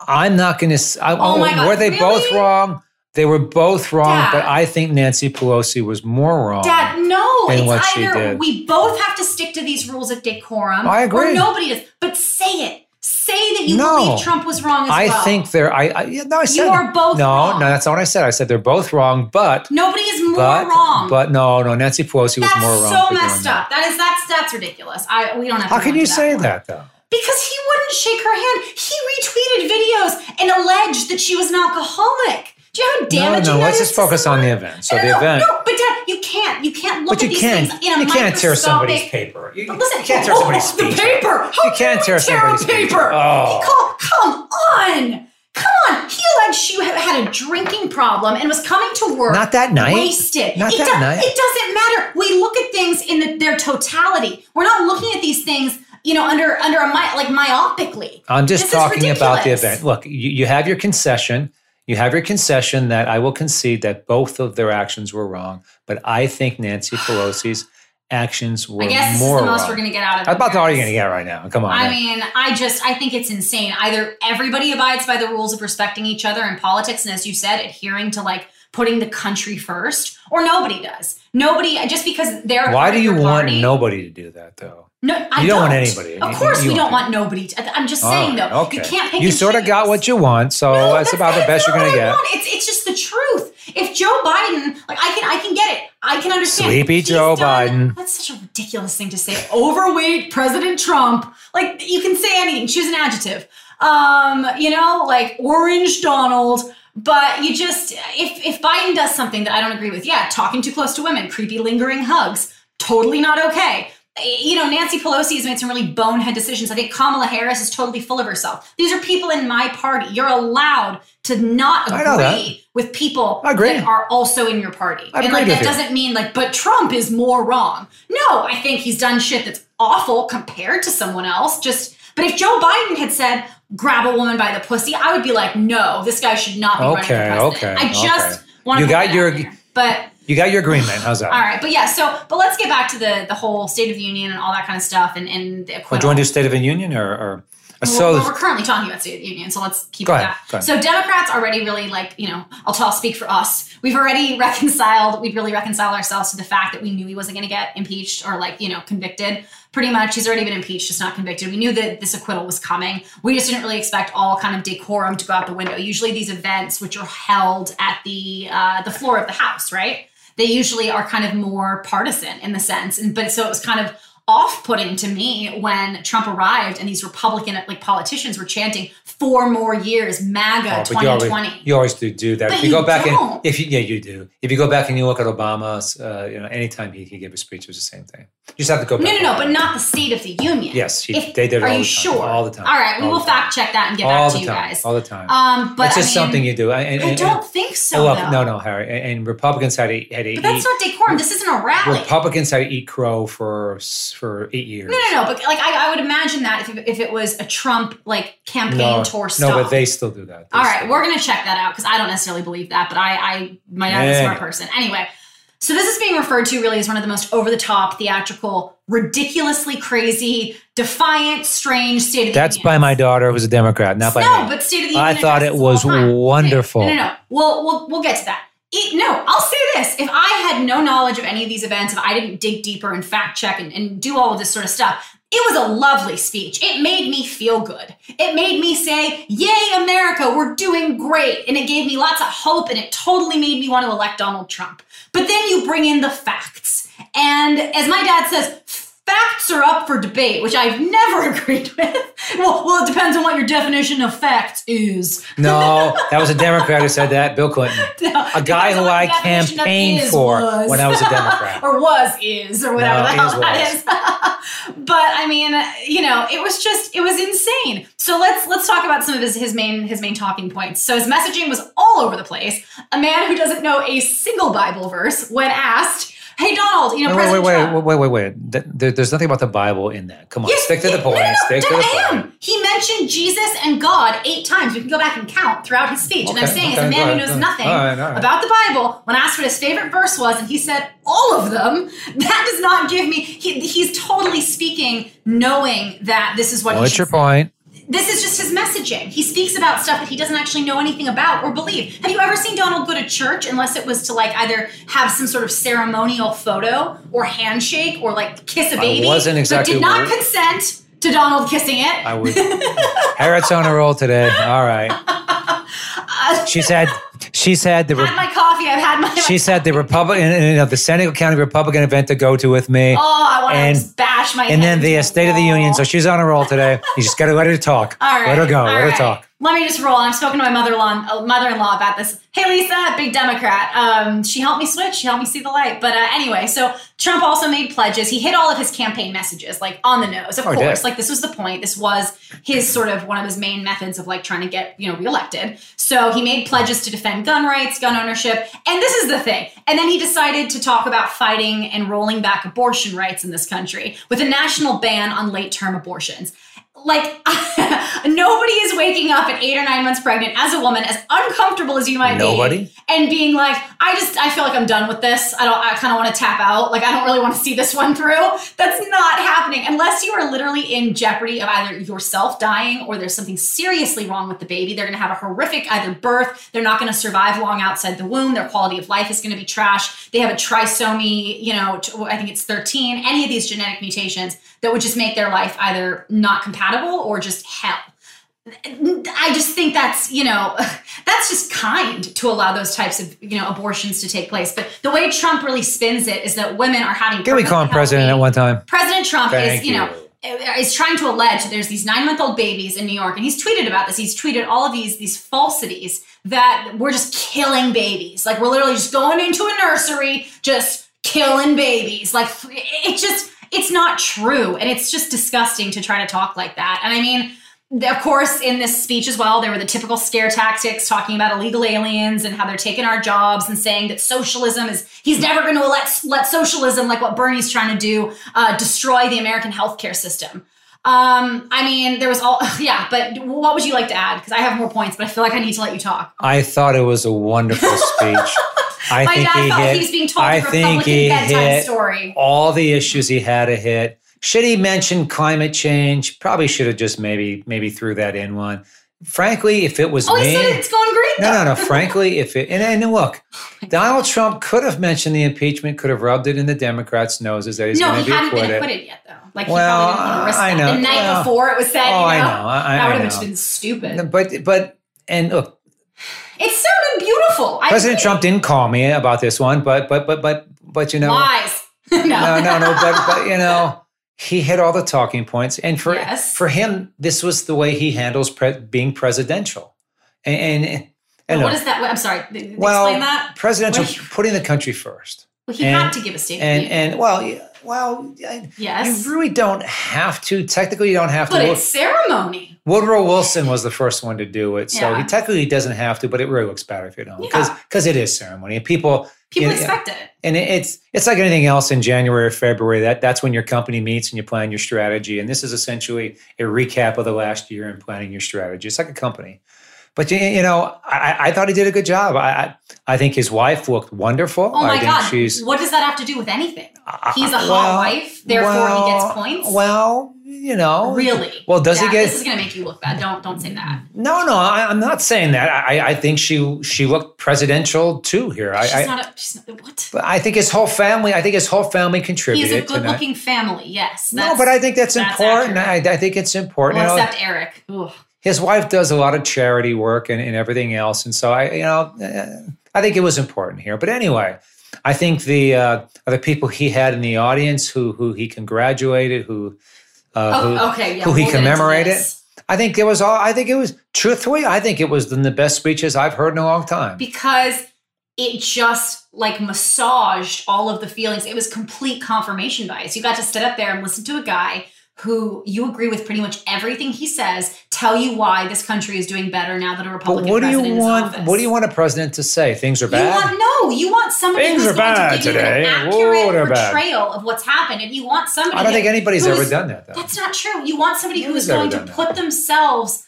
Speaker 3: I'm not going to.
Speaker 2: Oh my God,
Speaker 3: Were they both
Speaker 2: really?
Speaker 3: wrong? They were both wrong,
Speaker 2: Dad.
Speaker 3: but I think Nancy Pelosi was more wrong.
Speaker 2: Dad, no.
Speaker 3: And
Speaker 2: It's
Speaker 3: um, what she
Speaker 2: either
Speaker 3: did.
Speaker 2: we both have to stick to these rules of decorum.
Speaker 3: I agree.
Speaker 2: Or nobody does. But say it. Say that you
Speaker 3: No.
Speaker 2: believe Trump was wrong as
Speaker 3: I
Speaker 2: well.
Speaker 3: think they're. I, I yeah, no. I said
Speaker 2: are both
Speaker 3: No,
Speaker 2: wrong.
Speaker 3: no. That's not what I said. I said they're both wrong, but
Speaker 2: nobody is more
Speaker 3: but
Speaker 2: wrong.
Speaker 3: but no, no. Nancy Pelosi
Speaker 2: that's
Speaker 3: was more wrong.
Speaker 2: so
Speaker 3: for doing
Speaker 2: messed
Speaker 3: that.
Speaker 2: up. That is that's that's ridiculous. I we don't have.
Speaker 3: How
Speaker 2: to
Speaker 3: can
Speaker 2: go
Speaker 3: you
Speaker 2: into
Speaker 3: say
Speaker 2: one.
Speaker 3: that though?
Speaker 2: Because he wouldn't shake her hand. He retweeted videos and alleged that she was an alcoholic. Do you know how damaging
Speaker 3: no, no.
Speaker 2: that
Speaker 3: Let's
Speaker 2: is
Speaker 3: just
Speaker 2: to
Speaker 3: focus
Speaker 2: someone?
Speaker 3: on the event. So
Speaker 2: no,
Speaker 3: the
Speaker 2: no,
Speaker 3: event.
Speaker 2: No, but Dad, you can't. You can't look
Speaker 3: But
Speaker 2: at
Speaker 3: you
Speaker 2: these
Speaker 3: can't.
Speaker 2: things in a
Speaker 3: You can't tear somebody's
Speaker 2: microscopic-
Speaker 3: paper. You,
Speaker 2: But listen,
Speaker 3: you can't tear somebody's
Speaker 2: oh, the
Speaker 3: speech.
Speaker 2: paper. How
Speaker 3: You can't tear somebody's
Speaker 2: a
Speaker 3: speech.
Speaker 2: paper.
Speaker 3: Oh.
Speaker 2: He called- come on, come on. He alleged she ha- had a drinking problem and was coming to work.
Speaker 3: Not that night.
Speaker 2: Wasted.
Speaker 3: Not
Speaker 2: it
Speaker 3: that night.
Speaker 2: It doesn't matter. We look at things in the, their totality. We're not looking at these things, you know, under under a my, like myopically.
Speaker 3: I'm just
Speaker 2: This is
Speaker 3: talking about the
Speaker 2: ridiculous.
Speaker 3: event. Look, you, you have your concession. You have your concession that I will concede that both of their actions were wrong, but I think Nancy Pelosi's actions were
Speaker 2: I guess this is
Speaker 3: more
Speaker 2: the most
Speaker 3: wrong.
Speaker 2: we're going to get out of it.
Speaker 3: How about the all
Speaker 2: guys.
Speaker 3: you're going to get right now? Come on.
Speaker 2: I
Speaker 3: man.
Speaker 2: mean, I just I think it's insane. Either everybody abides by the rules of respecting each other in politics, and as you said, adhering to like putting the country first, or nobody does. Nobody just because they're a
Speaker 3: Why do you
Speaker 2: particular
Speaker 3: want
Speaker 2: party-
Speaker 3: nobody to do that though?
Speaker 2: No, I
Speaker 3: you don't want anybody.
Speaker 2: Of
Speaker 3: You-
Speaker 2: course,
Speaker 3: you
Speaker 2: we
Speaker 3: want
Speaker 2: don't want nobody. To, I'm just saying
Speaker 3: All right,
Speaker 2: though,
Speaker 3: Ah, okay.
Speaker 2: you can't pick.
Speaker 3: You
Speaker 2: and
Speaker 3: sort of got
Speaker 2: choose.
Speaker 3: what you want, so
Speaker 2: No,
Speaker 3: that's, about the best you're
Speaker 2: not
Speaker 3: going to
Speaker 2: what I
Speaker 3: get.
Speaker 2: want. It's it's just the truth. If Joe Biden, like I can I can get it. I can understand.
Speaker 3: Sleepy
Speaker 2: He's
Speaker 3: Joe
Speaker 2: done-
Speaker 3: Biden.
Speaker 2: That's such a ridiculous thing to say. Overweight President Trump. Like you can say anything. Choose an adjective. Um, you know, like orange Donald. But you just if if Biden does something that I don't agree with, yeah, talking too close to women, creepy lingering hugs, totally not okay. You know, Nancy Pelosi has made some really bonehead decisions. I think Kamala Harris is totally full of herself. These are people in my party. You're allowed to not
Speaker 3: I know
Speaker 2: agree with people
Speaker 3: I agree.
Speaker 2: that are also in your party.
Speaker 3: I've
Speaker 2: and like
Speaker 3: agreed
Speaker 2: that
Speaker 3: with you.
Speaker 2: doesn't mean like, but Trump is more wrong. No, I think he's done shit that's awful compared to someone else. Just but if Joe Biden had said, grab a woman by the pussy, I would be like, no, this guy should not be
Speaker 3: Okay,
Speaker 2: running for president.
Speaker 3: okay,
Speaker 2: I just
Speaker 3: okay.
Speaker 2: want to
Speaker 3: You
Speaker 2: put
Speaker 3: got
Speaker 2: that out
Speaker 3: your-
Speaker 2: there. but
Speaker 3: You got your agreement. How's that?
Speaker 2: all right, but yeah, so but let's get back to the the whole State of the Union and all that kind of stuff and and the
Speaker 3: Well,
Speaker 2: acquittal.
Speaker 3: do you want to do State of the Union or, or
Speaker 2: Well,
Speaker 3: so?
Speaker 2: well, we're currently talking about state of the union, so let's keep
Speaker 3: Go
Speaker 2: it
Speaker 3: ahead,
Speaker 2: that.
Speaker 3: go ahead.
Speaker 2: So Democrats already really like you know, I'll tell speak for us. We've already reconciled. We'd really reconcile ourselves to the fact that we knew he wasn't going to get impeached or like you know convicted. Pretty much, he's already been impeached, just not convicted. We knew that this acquittal was coming. We just didn't really expect all kind of decorum to go out the window. Usually, these events, which are held at the uh, the floor of the House, right? They usually are kind of more partisan in the sense, and but so it was kind of off-putting to me when Trump arrived and these Republican like politicians were chanting four more years MAGA
Speaker 3: Oh, but you
Speaker 2: 2020.
Speaker 3: always, you always do do that.
Speaker 2: But
Speaker 3: if you
Speaker 2: you
Speaker 3: go back and
Speaker 2: don't.
Speaker 3: if you yeah you do. If you go back and you look at Obama's, uh, you know, anytime he, he gave a speech, it was the same thing. You just have to go.
Speaker 2: no,
Speaker 3: back
Speaker 2: no,
Speaker 3: and
Speaker 2: no,
Speaker 3: look.
Speaker 2: but not the State of the Union.
Speaker 3: Yes, he-
Speaker 2: If-
Speaker 3: they did it
Speaker 2: Are
Speaker 3: all
Speaker 2: you
Speaker 3: the time,
Speaker 2: sure?
Speaker 3: all the time,
Speaker 2: All right, we
Speaker 3: all
Speaker 2: will
Speaker 3: the time.
Speaker 2: fact check that and get
Speaker 3: all
Speaker 2: back
Speaker 3: the
Speaker 2: to you
Speaker 3: time,
Speaker 2: guys.
Speaker 3: all the time.
Speaker 2: um, but
Speaker 3: it's
Speaker 2: I
Speaker 3: just
Speaker 2: mean,
Speaker 3: something you do. I, and,
Speaker 2: I
Speaker 3: and- oh,
Speaker 2: don't think so.
Speaker 3: Look,
Speaker 2: though.
Speaker 3: no, no, Harry. And, and Republicans had a had a
Speaker 2: But that's not decorum. This isn't a rally.
Speaker 3: Republicans had to eat crow for s- for eight years.
Speaker 2: no, no, no. But like, I, I would imagine that if, it- if it was a Trump like campaign
Speaker 3: no,
Speaker 2: tour stuff.
Speaker 3: no, but they still do that. They
Speaker 2: All right,
Speaker 3: still-
Speaker 2: we're gonna check that out because I don't necessarily believe that, but I, I my dad is a
Speaker 3: Yeah.
Speaker 2: smart person. Anyway, so this is being referred to really as one of the most over-the-top, theatrical, ridiculously crazy, defiant, strange state of the
Speaker 3: That's
Speaker 2: Union.
Speaker 3: by my daughter, who's a Democrat, not by
Speaker 2: no,
Speaker 3: me.
Speaker 2: but state of the
Speaker 3: I
Speaker 2: Union
Speaker 3: thought it
Speaker 2: addresses
Speaker 3: was
Speaker 2: all time.
Speaker 3: wonderful.
Speaker 2: No, no, no. We'll we'll we'll get to that. E- no, I'll say this: if I had no knowledge of any of these events, if I didn't dig deeper and fact check and, and do all of this sort of stuff. It was a lovely speech. It made me feel good. It made me say, Yay, America, we're doing great. And it gave me lots of hope and it totally made me want to elect Donald Trump. But then you bring in the facts. And as my dad says, facts are up for debate, which I've never agreed with. Well, well, it depends on what your definition of facts is.
Speaker 3: No, that was a Democrat who said that. Bill Clinton, a guy
Speaker 2: Depends on
Speaker 3: who
Speaker 2: what
Speaker 3: I
Speaker 2: the definition of
Speaker 3: campaigned
Speaker 2: is
Speaker 3: for
Speaker 2: was.
Speaker 3: when I was a Democrat.
Speaker 2: or was is or whatever
Speaker 3: No,
Speaker 2: the
Speaker 3: is
Speaker 2: hell that is. but I mean, you know, it was just it was insane. So let's let's talk about some of his his main his main talking points. So his messaging was all over the place. A man who doesn't know a single Bible verse when asked, "Hey Donald, you know,
Speaker 3: Wait, wait,
Speaker 2: President
Speaker 3: wait,
Speaker 2: Trump."
Speaker 3: wait, wait, wait, wait. Th- there- there's nothing about the Bible in that. Come on,
Speaker 2: Yes,
Speaker 3: stick to the
Speaker 2: yeah, no,
Speaker 3: point.
Speaker 2: no, no,
Speaker 3: stick to the
Speaker 2: I
Speaker 3: point.
Speaker 2: am. He mentioned Jesus and God eight times. You can go back and count throughout his speech. and I'm
Speaker 3: Okay,
Speaker 2: saying,
Speaker 3: okay,
Speaker 2: as a
Speaker 3: go
Speaker 2: man who
Speaker 3: ahead,
Speaker 2: knows
Speaker 3: go ahead.
Speaker 2: nothing
Speaker 3: All right, all right.
Speaker 2: about the Bible, when asked what his favorite verse was, and he said all of them, that does not give me. He, he's totally speaking, knowing that this is what. he
Speaker 3: What's
Speaker 2: should
Speaker 3: your
Speaker 2: say.
Speaker 3: point?
Speaker 2: This is just his messaging. He speaks about stuff that he doesn't actually know anything about or believe. Have you ever seen Donald go to church unless it was to like either have some sort of ceremonial photo or handshake or like kiss a baby?
Speaker 3: wasn't
Speaker 2: but
Speaker 3: exactly
Speaker 2: did not
Speaker 3: wor-
Speaker 2: consent to Donald kissing it.
Speaker 3: I would. Harriet's on a roll today. All right. She said. She said the.
Speaker 2: I've had
Speaker 3: Re-
Speaker 2: my coffee. I've had my.
Speaker 3: she said the Republican, you know, the Seneca County Republican event to go to with me.
Speaker 2: oh, I want
Speaker 3: and-
Speaker 2: to bash my.
Speaker 3: and
Speaker 2: head
Speaker 3: then the
Speaker 2: into
Speaker 3: uh, State of the
Speaker 2: wall.
Speaker 3: Union. So she's on a roll today. You just got to let her talk.
Speaker 2: All right.
Speaker 3: Let her go.
Speaker 2: all
Speaker 3: Let her
Speaker 2: right.
Speaker 3: talk.
Speaker 2: Let me just roll. I've spoken to my mother-in-law, uh, mother-in-law about this. Hey, Lisa, big Democrat. Um, she helped me switch. She helped me see the light. But uh, anyway, so Trump also made pledges. He hit all of his campaign messages, like on the nose, of
Speaker 3: Oh, he
Speaker 2: course.
Speaker 3: did.
Speaker 2: Like this was the point. This was his sort of one of his main methods of like trying to get you know reelected. So he made pledges to defend gun rights, gun ownership, and this is the thing. And then he decided to talk about fighting and rolling back abortion rights in this country with a national ban on late-term abortions like nobody is waking up at eight or nine months pregnant as a woman, as uncomfortable as you might
Speaker 3: Nobody?
Speaker 2: be, and being like, I just I feel like I'm done with this. I don't. I kind of want to tap out. Like I don't really want to see this one through. That's not happening unless you are literally in jeopardy of either yourself dying or there's something seriously wrong with the baby. They're going to have a horrific either birth. They're not going to survive long outside the womb. Their quality of life is going to be trash. They have a trisomy. You know, t- I think it's 13. Any of these genetic mutations that would just make their life either not compatible or just hell. I just think that's, you know, that's just kind to allow those types of, you know, abortions to take place. But the way Trump really spins it is that women are having.
Speaker 3: Can we call him
Speaker 2: perfectly healthy-
Speaker 3: president at one time?
Speaker 2: President Trump
Speaker 3: Thank
Speaker 2: is, you know, uh, is trying to allege that there's these nine-month-old babies in New York, and he's tweeted about this. He's tweeted all of these these falsities that we're just killing babies, like we're literally just going into a nursery, just killing babies. Like it just, it's not true, and it's just disgusting to try to talk like that. And I mean. Of course, in this speech as well, there were the typical scare tactics talking about illegal aliens and how they're taking our jobs and saying that socialism is, he's never going to let, let socialism, like what Bernie's trying to do, uh, destroy the American healthcare system. Um, I mean, there was all, yeah, but what would you like to add? Because I have more points, but I feel like I need to let you talk.
Speaker 3: I thought it was a wonderful speech. I
Speaker 2: My
Speaker 3: think
Speaker 2: dad
Speaker 3: he
Speaker 2: felt
Speaker 3: hit,
Speaker 2: he was being told
Speaker 3: I
Speaker 2: a
Speaker 3: think
Speaker 2: Republican
Speaker 3: he
Speaker 2: bedtime
Speaker 3: hit
Speaker 2: story.
Speaker 3: all the issues he had to hit. Should he mention climate change? Probably should have just maybe maybe threw that in one. Frankly, if it was
Speaker 2: Oh,
Speaker 3: me,
Speaker 2: he said it's going great.
Speaker 3: no,
Speaker 2: though.
Speaker 3: no, no. Frankly, if it and, and look, Donald Trump could have mentioned the impeachment, could have rubbed it in the Democrats' noses that he's
Speaker 2: No,
Speaker 3: going
Speaker 2: he
Speaker 3: to be
Speaker 2: hadn't
Speaker 3: acquitted.
Speaker 2: been acquitted yet, though. Like,
Speaker 3: Well,
Speaker 2: he probably didn't want to risk
Speaker 3: I
Speaker 2: that.
Speaker 3: know.
Speaker 2: The night
Speaker 3: Well,
Speaker 2: before it was said,
Speaker 3: oh, I
Speaker 2: you know,
Speaker 3: know. I- I
Speaker 2: that would have
Speaker 3: know.
Speaker 2: just been stupid.
Speaker 3: But but and look,
Speaker 2: It sounded beautiful. I
Speaker 3: President
Speaker 2: agree.
Speaker 3: Trump didn't call me about this one, but but but but but but you know,
Speaker 2: Lies. no.
Speaker 3: no, no, no, but but you know, he hit all the talking points and for
Speaker 2: Yes.
Speaker 3: for him this was the way he handles pre- being presidential and and,
Speaker 2: But
Speaker 3: and
Speaker 2: what
Speaker 3: uh,
Speaker 2: is that? I'm sorry. th-
Speaker 3: well
Speaker 2: explain that.
Speaker 3: presidential
Speaker 2: What do you-
Speaker 3: putting the country first
Speaker 2: Well, he
Speaker 3: and-
Speaker 2: had to give a statement.
Speaker 3: and and well yeah, well I-
Speaker 2: yes,
Speaker 3: you really don't have to technically you don't have
Speaker 2: but
Speaker 3: to
Speaker 2: it's ceremony.
Speaker 3: Woodrow Wilson was the first one to do it, so
Speaker 2: Yeah.
Speaker 3: he technically doesn't have to, but it really looks better if you don't, because
Speaker 2: Yeah.
Speaker 3: it is ceremony. And people,
Speaker 2: People
Speaker 3: Yeah, yeah.
Speaker 2: expect it.
Speaker 3: and it- it's it's like anything else in January or February. That that's when your company meets and you plan your strategy. And this is essentially a recap of the last year and planning your strategy. It's like a company, but you, you know, I, I thought he did a good job. I I, I think his wife looked wonderful.
Speaker 2: Oh
Speaker 3: I
Speaker 2: my
Speaker 3: think
Speaker 2: God!
Speaker 3: she's
Speaker 2: what does that have to do with anything?
Speaker 3: I-
Speaker 2: He's a
Speaker 3: I-
Speaker 2: hot
Speaker 3: well,
Speaker 2: wife, therefore he
Speaker 3: well,
Speaker 2: gets points.
Speaker 3: Well, you know,
Speaker 2: really?
Speaker 3: Well, does he
Speaker 2: That-
Speaker 3: get-
Speaker 2: This is gonna make you look bad. Don't don't say that.
Speaker 3: No, no, I, I'm not saying that. I, I think she she looked presidential too here. I,
Speaker 2: she's
Speaker 3: I
Speaker 2: not. A, she's not. What?
Speaker 3: but I think his whole family. I think his whole family
Speaker 2: He's
Speaker 3: contributed.
Speaker 2: a
Speaker 3: to that.
Speaker 2: good-looking family. Yes.
Speaker 3: No, but I think that's,
Speaker 2: that's
Speaker 3: important. I, I think it's important.
Speaker 2: Well,
Speaker 3: You know, Uh,
Speaker 2: except Eric. Ugh.
Speaker 3: his wife does a lot of charity work and, and everything else, and so I, you know, eh, I think it was important here. But anyway, I think the uh, the people he had in the audience who who he congratulated, who uh, who,
Speaker 2: Oh, okay. Yeah,
Speaker 3: who he
Speaker 2: we'll get into
Speaker 3: commemorated?
Speaker 2: this.
Speaker 3: I think it was all. I think it was truthfully. I think it was one of the best speeches I've heard in a long time.
Speaker 2: because it just like massaged all of the feelings. It was complete confirmation bias. You got to sit up there and listen to a guy who you agree with pretty much everything he says, tell you why this country is doing better now that a
Speaker 3: But
Speaker 2: Republican
Speaker 3: what do you
Speaker 2: president
Speaker 3: want?
Speaker 2: is in office.
Speaker 3: What do you want a president to say? Things are
Speaker 2: You
Speaker 3: bad.
Speaker 2: want no. You want somebody
Speaker 3: Things
Speaker 2: who's
Speaker 3: are
Speaker 2: going
Speaker 3: bad
Speaker 2: to give
Speaker 3: today.
Speaker 2: you an
Speaker 3: Whoa, they're
Speaker 2: accurate
Speaker 3: bad.
Speaker 2: portrayal of what's happened, and you want somebody.
Speaker 3: I don't think
Speaker 2: that-
Speaker 3: anybody's
Speaker 2: who
Speaker 3: ever
Speaker 2: is-
Speaker 3: done that. Though.
Speaker 2: That's not true. You want somebody who
Speaker 3: Nobody's
Speaker 2: is
Speaker 3: ever
Speaker 2: going to
Speaker 3: done that.
Speaker 2: put themselves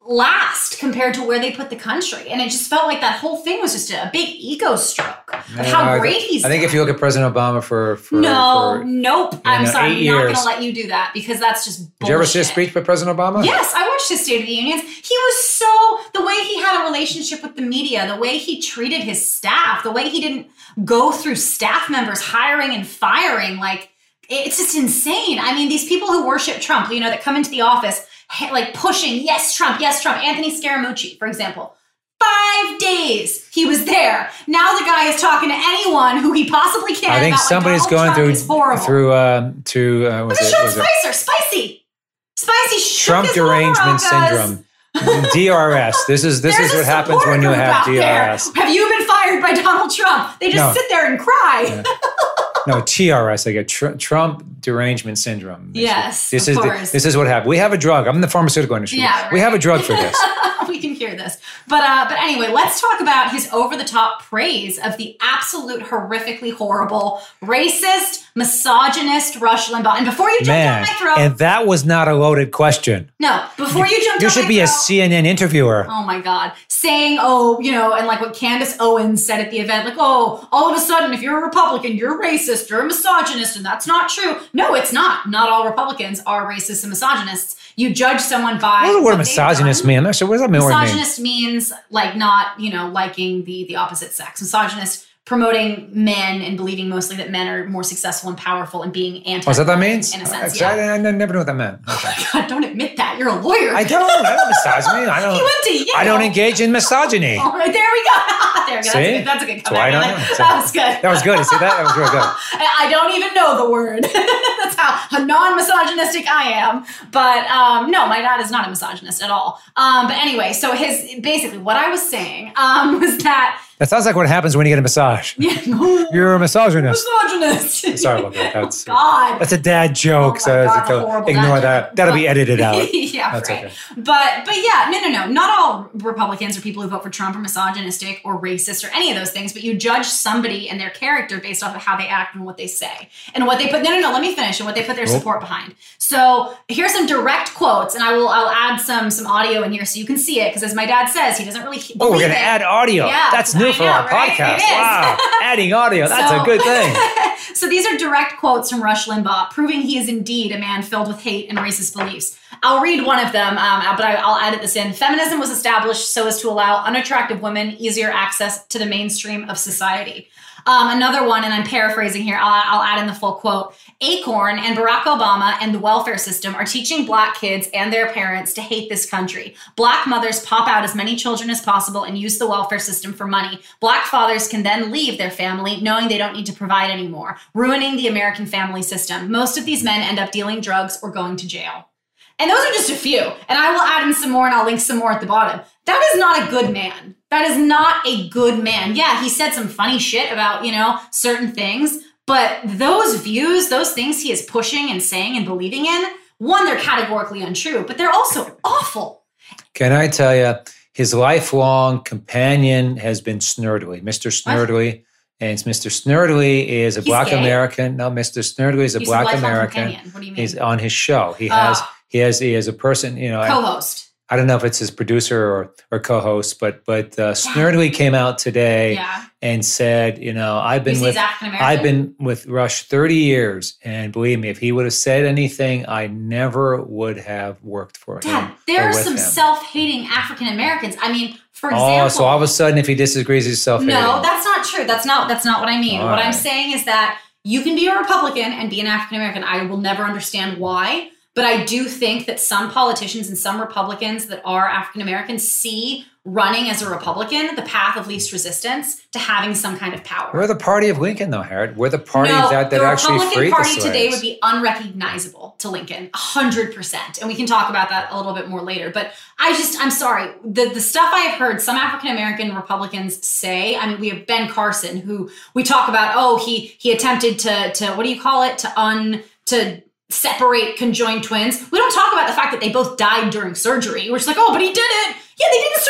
Speaker 2: last compared to where they put the country. And it just felt like that whole thing was just a big ego stroke of
Speaker 3: No,
Speaker 2: how
Speaker 3: I
Speaker 2: great
Speaker 3: think-
Speaker 2: he's.
Speaker 3: I think if you look at President Obama for, for
Speaker 2: no,
Speaker 3: for-
Speaker 2: nope. I'm
Speaker 3: know,
Speaker 2: sorry. I'm
Speaker 3: eight
Speaker 2: not going
Speaker 3: years.
Speaker 2: to let you do that because that's just bullshit.
Speaker 3: did you ever see a speech by President Obama?
Speaker 2: Yes, I watched his State of the Unions. He was so the way he had a relationship with the media, the way he treated his staff, the way he didn't go through staff members hiring and firing. Like it's just insane. I mean, these people who worship Trump, you know, that come into the office ha- like pushing, yes, Trump, yes, Trump. Anthony Scaramucci, for example. Five days he was there. Now the guy is talking to anyone who he possibly can.
Speaker 3: I think
Speaker 2: about, like,
Speaker 3: somebody's
Speaker 2: Donald
Speaker 3: going
Speaker 2: Trump is
Speaker 3: through
Speaker 2: horrible.
Speaker 3: through um, to uh,
Speaker 2: Look
Speaker 3: was
Speaker 2: at
Speaker 3: it,
Speaker 2: Sean
Speaker 3: was it
Speaker 2: Spicer, spicy, spicy. shook
Speaker 3: Trump
Speaker 2: his lower
Speaker 3: derangement
Speaker 2: off us.
Speaker 3: syndrome. DRS. This is this
Speaker 2: There's
Speaker 3: is
Speaker 2: a
Speaker 3: what happens when
Speaker 2: supporter
Speaker 3: you
Speaker 2: group
Speaker 3: have
Speaker 2: out there.
Speaker 3: DRS.
Speaker 2: Have you been fired by Donald Trump? They just
Speaker 3: No.
Speaker 2: sit there and cry.
Speaker 3: No, TRS. I get tr- Trump derangement syndrome. This-
Speaker 2: Yes,
Speaker 3: this
Speaker 2: of
Speaker 3: is the-
Speaker 2: course.
Speaker 3: this is what happened. We have a drug. I'm in the pharmaceutical industry.
Speaker 2: Yeah,
Speaker 3: we
Speaker 2: right.
Speaker 3: have a drug for this.
Speaker 2: we can hear this. But uh, but anyway, let's talk about his over the top praise of the absolute horrifically horrible racist, misogynist Rush Limbaugh. And before you jump down
Speaker 3: Man,
Speaker 2: my throat,
Speaker 3: and that was not a loaded question.
Speaker 2: no, before you jump
Speaker 3: You
Speaker 2: down
Speaker 3: should
Speaker 2: my
Speaker 3: be a
Speaker 2: throat-
Speaker 3: CNN interviewer.
Speaker 2: Oh my God. Saying, oh, you know, and like what Candace Owens said at the event, like, oh, all of a sudden, if you're a Republican, you're racist, you're a misogynist, and that's not true. No, it's not. Not all Republicans are racist and misogynists. You judge someone by.
Speaker 3: What does the
Speaker 2: what
Speaker 3: word
Speaker 2: they've
Speaker 3: misogynist
Speaker 2: done.
Speaker 3: mean? I'm not sure. What does that mean?
Speaker 2: Misogynist means like not, you know, liking the the opposite sex. Misogynist promoting men and believing mostly that men are more successful and powerful and being anti.
Speaker 3: Oh, is that what that means?
Speaker 2: In a sense,
Speaker 3: I,
Speaker 2: yeah.
Speaker 3: I, I never knew what that meant. Okay.
Speaker 2: God, don't admit that. You're a lawyer.
Speaker 3: I don't. I don't misogyny. I
Speaker 2: he
Speaker 3: don't.
Speaker 2: went to Oh, Yale.
Speaker 3: I don't engage in misogyny.
Speaker 2: All right, there we go. there we go.
Speaker 3: See?
Speaker 2: That's a good, that's a good
Speaker 3: So I
Speaker 2: comeback.
Speaker 3: don't
Speaker 2: Like,
Speaker 3: know. So-
Speaker 2: that was good.
Speaker 3: That was good. You see that? That was real good.
Speaker 2: I I don't even know the word. That's how non-misogynistic I am. But um, no, my dad is not a misogynist at all. Um, but anyway, so his basically what I was saying um, was that
Speaker 3: That sounds like what happens when you get a massage. You're a misogynist.
Speaker 2: misogynist.
Speaker 3: Sorry about that. That's
Speaker 2: God.
Speaker 3: that's a dad joke.
Speaker 2: Oh my
Speaker 3: so it's
Speaker 2: God,
Speaker 3: a-
Speaker 2: horrible
Speaker 3: ignore
Speaker 2: dad
Speaker 3: that.
Speaker 2: joke.
Speaker 3: That'll be
Speaker 2: But-
Speaker 3: edited out.
Speaker 2: yeah,
Speaker 3: That's
Speaker 2: right.
Speaker 3: okay.
Speaker 2: But but yeah, no, no, no. Not all Republicans or people who vote for Trump are misogynistic or racist or any of those things. But you judge somebody and their character based off of how they act and what they say and what they put. No, no, no. Let me finish and what they put their
Speaker 3: Nope.
Speaker 2: support behind. So here's some direct quotes, and I will I'll add some some audio in here so you can see it because as my dad says, he doesn't really.
Speaker 3: Oh, we're
Speaker 2: believe
Speaker 3: gonna
Speaker 2: it.
Speaker 3: add audio.
Speaker 2: Yeah,
Speaker 3: That's
Speaker 2: I
Speaker 3: new for
Speaker 2: know,
Speaker 3: our
Speaker 2: right? It
Speaker 3: podcast.
Speaker 2: is.
Speaker 3: Wow, adding audio. That's a
Speaker 2: So-
Speaker 3: good thing.
Speaker 2: So these are direct quotes from Rush Limbaugh, proving he is indeed a man filled with hate and racist beliefs. I'll read one of them, um, but I, I'll edit this in. Feminism was established so as to allow unattractive women easier access to the mainstream of society. Um, another one, and I'm paraphrasing here, I'll, I'll add in the full quote Acorn and Barack Obama and the welfare system are teaching black kids and their parents to hate this country. Black mothers pop out as many children as possible and use the welfare system for money. Black fathers can then leave their family knowing they don't need to provide anymore, ruining the American family system. Most of these men end up dealing drugs or going to jail. And those are just a few. And I will add in some more and I'll link some more at the bottom. That is not a good man. That is not a good man. Yeah, he said some funny shit about, you know, certain things, but those views, those things he is pushing and saying and believing in, one, they're categorically untrue, but they're also awful.
Speaker 3: Can I tell you, his lifelong companion has been Snurdly, Mr. Snurdly. And it's Mr. Snurdly is a
Speaker 2: He's
Speaker 3: black
Speaker 2: gay?
Speaker 3: American. No, Mr. Snurdly is a
Speaker 2: He's
Speaker 3: black
Speaker 2: lifelong
Speaker 3: American.
Speaker 2: companion. What do you mean?
Speaker 3: He's on his show. He has
Speaker 2: Ah.
Speaker 3: he has he has a person. You know, I-
Speaker 2: Co-host.
Speaker 3: I don't know if it's his producer or, or co-host, but but uh, Snurdly came out today
Speaker 2: Yeah.
Speaker 3: and said, you know, I've been
Speaker 2: Because
Speaker 3: with
Speaker 2: he's African American.
Speaker 3: I've been with Rush 30 years, and believe me, if he would have said anything, I never would have worked for him.
Speaker 2: Dad, there
Speaker 3: or
Speaker 2: are
Speaker 3: with
Speaker 2: some
Speaker 3: him.
Speaker 2: self-hating African Americans. I mean, for example,
Speaker 3: Oh, so all of a sudden, if he disagrees, he's self
Speaker 2: No, that's not true. That's not that's not what I mean.
Speaker 3: All
Speaker 2: what I'm
Speaker 3: right.
Speaker 2: saying is that you can be a Republican and be an African American. I will never understand why, but I do think that some politicians and some Republicans that are African Americans see running as a Republican the path of least resistance to having some kind of power.
Speaker 3: We're the party of Lincoln, though, Harold. We're the party
Speaker 2: no,
Speaker 3: that that
Speaker 2: the
Speaker 3: actually
Speaker 2: Republican
Speaker 3: freed
Speaker 2: Party
Speaker 3: the
Speaker 2: today
Speaker 3: slaves.
Speaker 2: would be unrecognizable to Lincoln, hundred percent. And we can talk about that a little bit more later. But I just, I'm sorry, the the stuff I have heard some African American Republicans say. I mean, we have Ben Carson, who we talk about. Oh, he he attempted to to what do you call it to un to separate conjoined twins. We don't talk about the fact that they both died during surgery. We're just like, oh, but he did it. Yeah, they didn't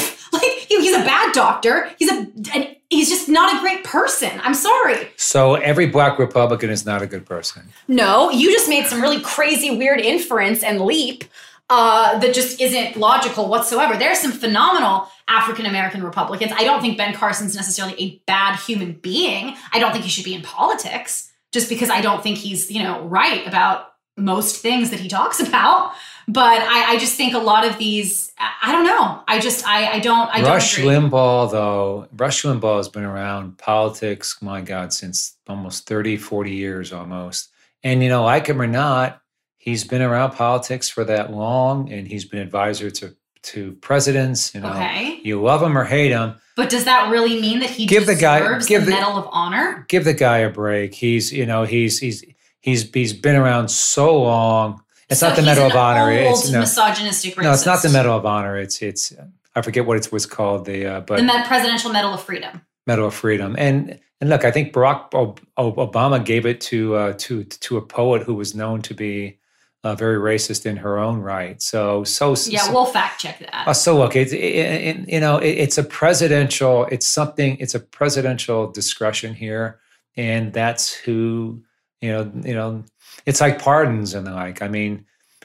Speaker 2: survive. Like he, he's a bad doctor. He's a an, he's just not a great person. I'm sorry.
Speaker 3: so every black Republican is not a good person.
Speaker 2: No, you just made some really crazy, weird inference and leap uh, that just isn't logical whatsoever. There are some phenomenal African American Republicans. I don't think Ben Carson's necessarily a bad human being. I don't think he should be in politics just because I don't think he's, you know, right about most things that he talks about. But I, I just think a lot of these, I I don't know. I just, I, I don't, I
Speaker 3: Rush
Speaker 2: don't agree.
Speaker 3: Limbaugh, though, Rush Limbaugh has been around politics, my God, since almost 30, 40 years almost. And, you know, like him or not, he's been around politics for that long and he's been advisor to, to presidents. You know,
Speaker 2: Okay.
Speaker 3: you love him or hate him,
Speaker 2: But does that really mean that he
Speaker 3: Give the guy-
Speaker 2: deserves
Speaker 3: give
Speaker 2: the
Speaker 3: the-
Speaker 2: Medal of Honor?
Speaker 3: give the guy a break. He's, you know, he's, he's, he's, he's been around so long. It's
Speaker 2: So
Speaker 3: not the
Speaker 2: he's
Speaker 3: Medal
Speaker 2: an
Speaker 3: of Honor.
Speaker 2: Old
Speaker 3: It's, no,
Speaker 2: misogynistic racist.
Speaker 3: no, it's not the Medal of Honor. It's, it's, I forget what it was called. The, uh, but
Speaker 2: The Med- Presidential Medal of Freedom.
Speaker 3: Medal of Freedom. And and look, I think Barack Ob- Ob- Obama gave it to uh, to to a poet who was known to be uh, very racist in her own right. So so
Speaker 2: Yeah,
Speaker 3: so,
Speaker 2: we'll fact check that.
Speaker 3: uh, so look, it's it, it, you know it, it's a presidential. It's something. It's a presidential discretion here, and that's who you know. You know, it's like pardons and the like. I mean,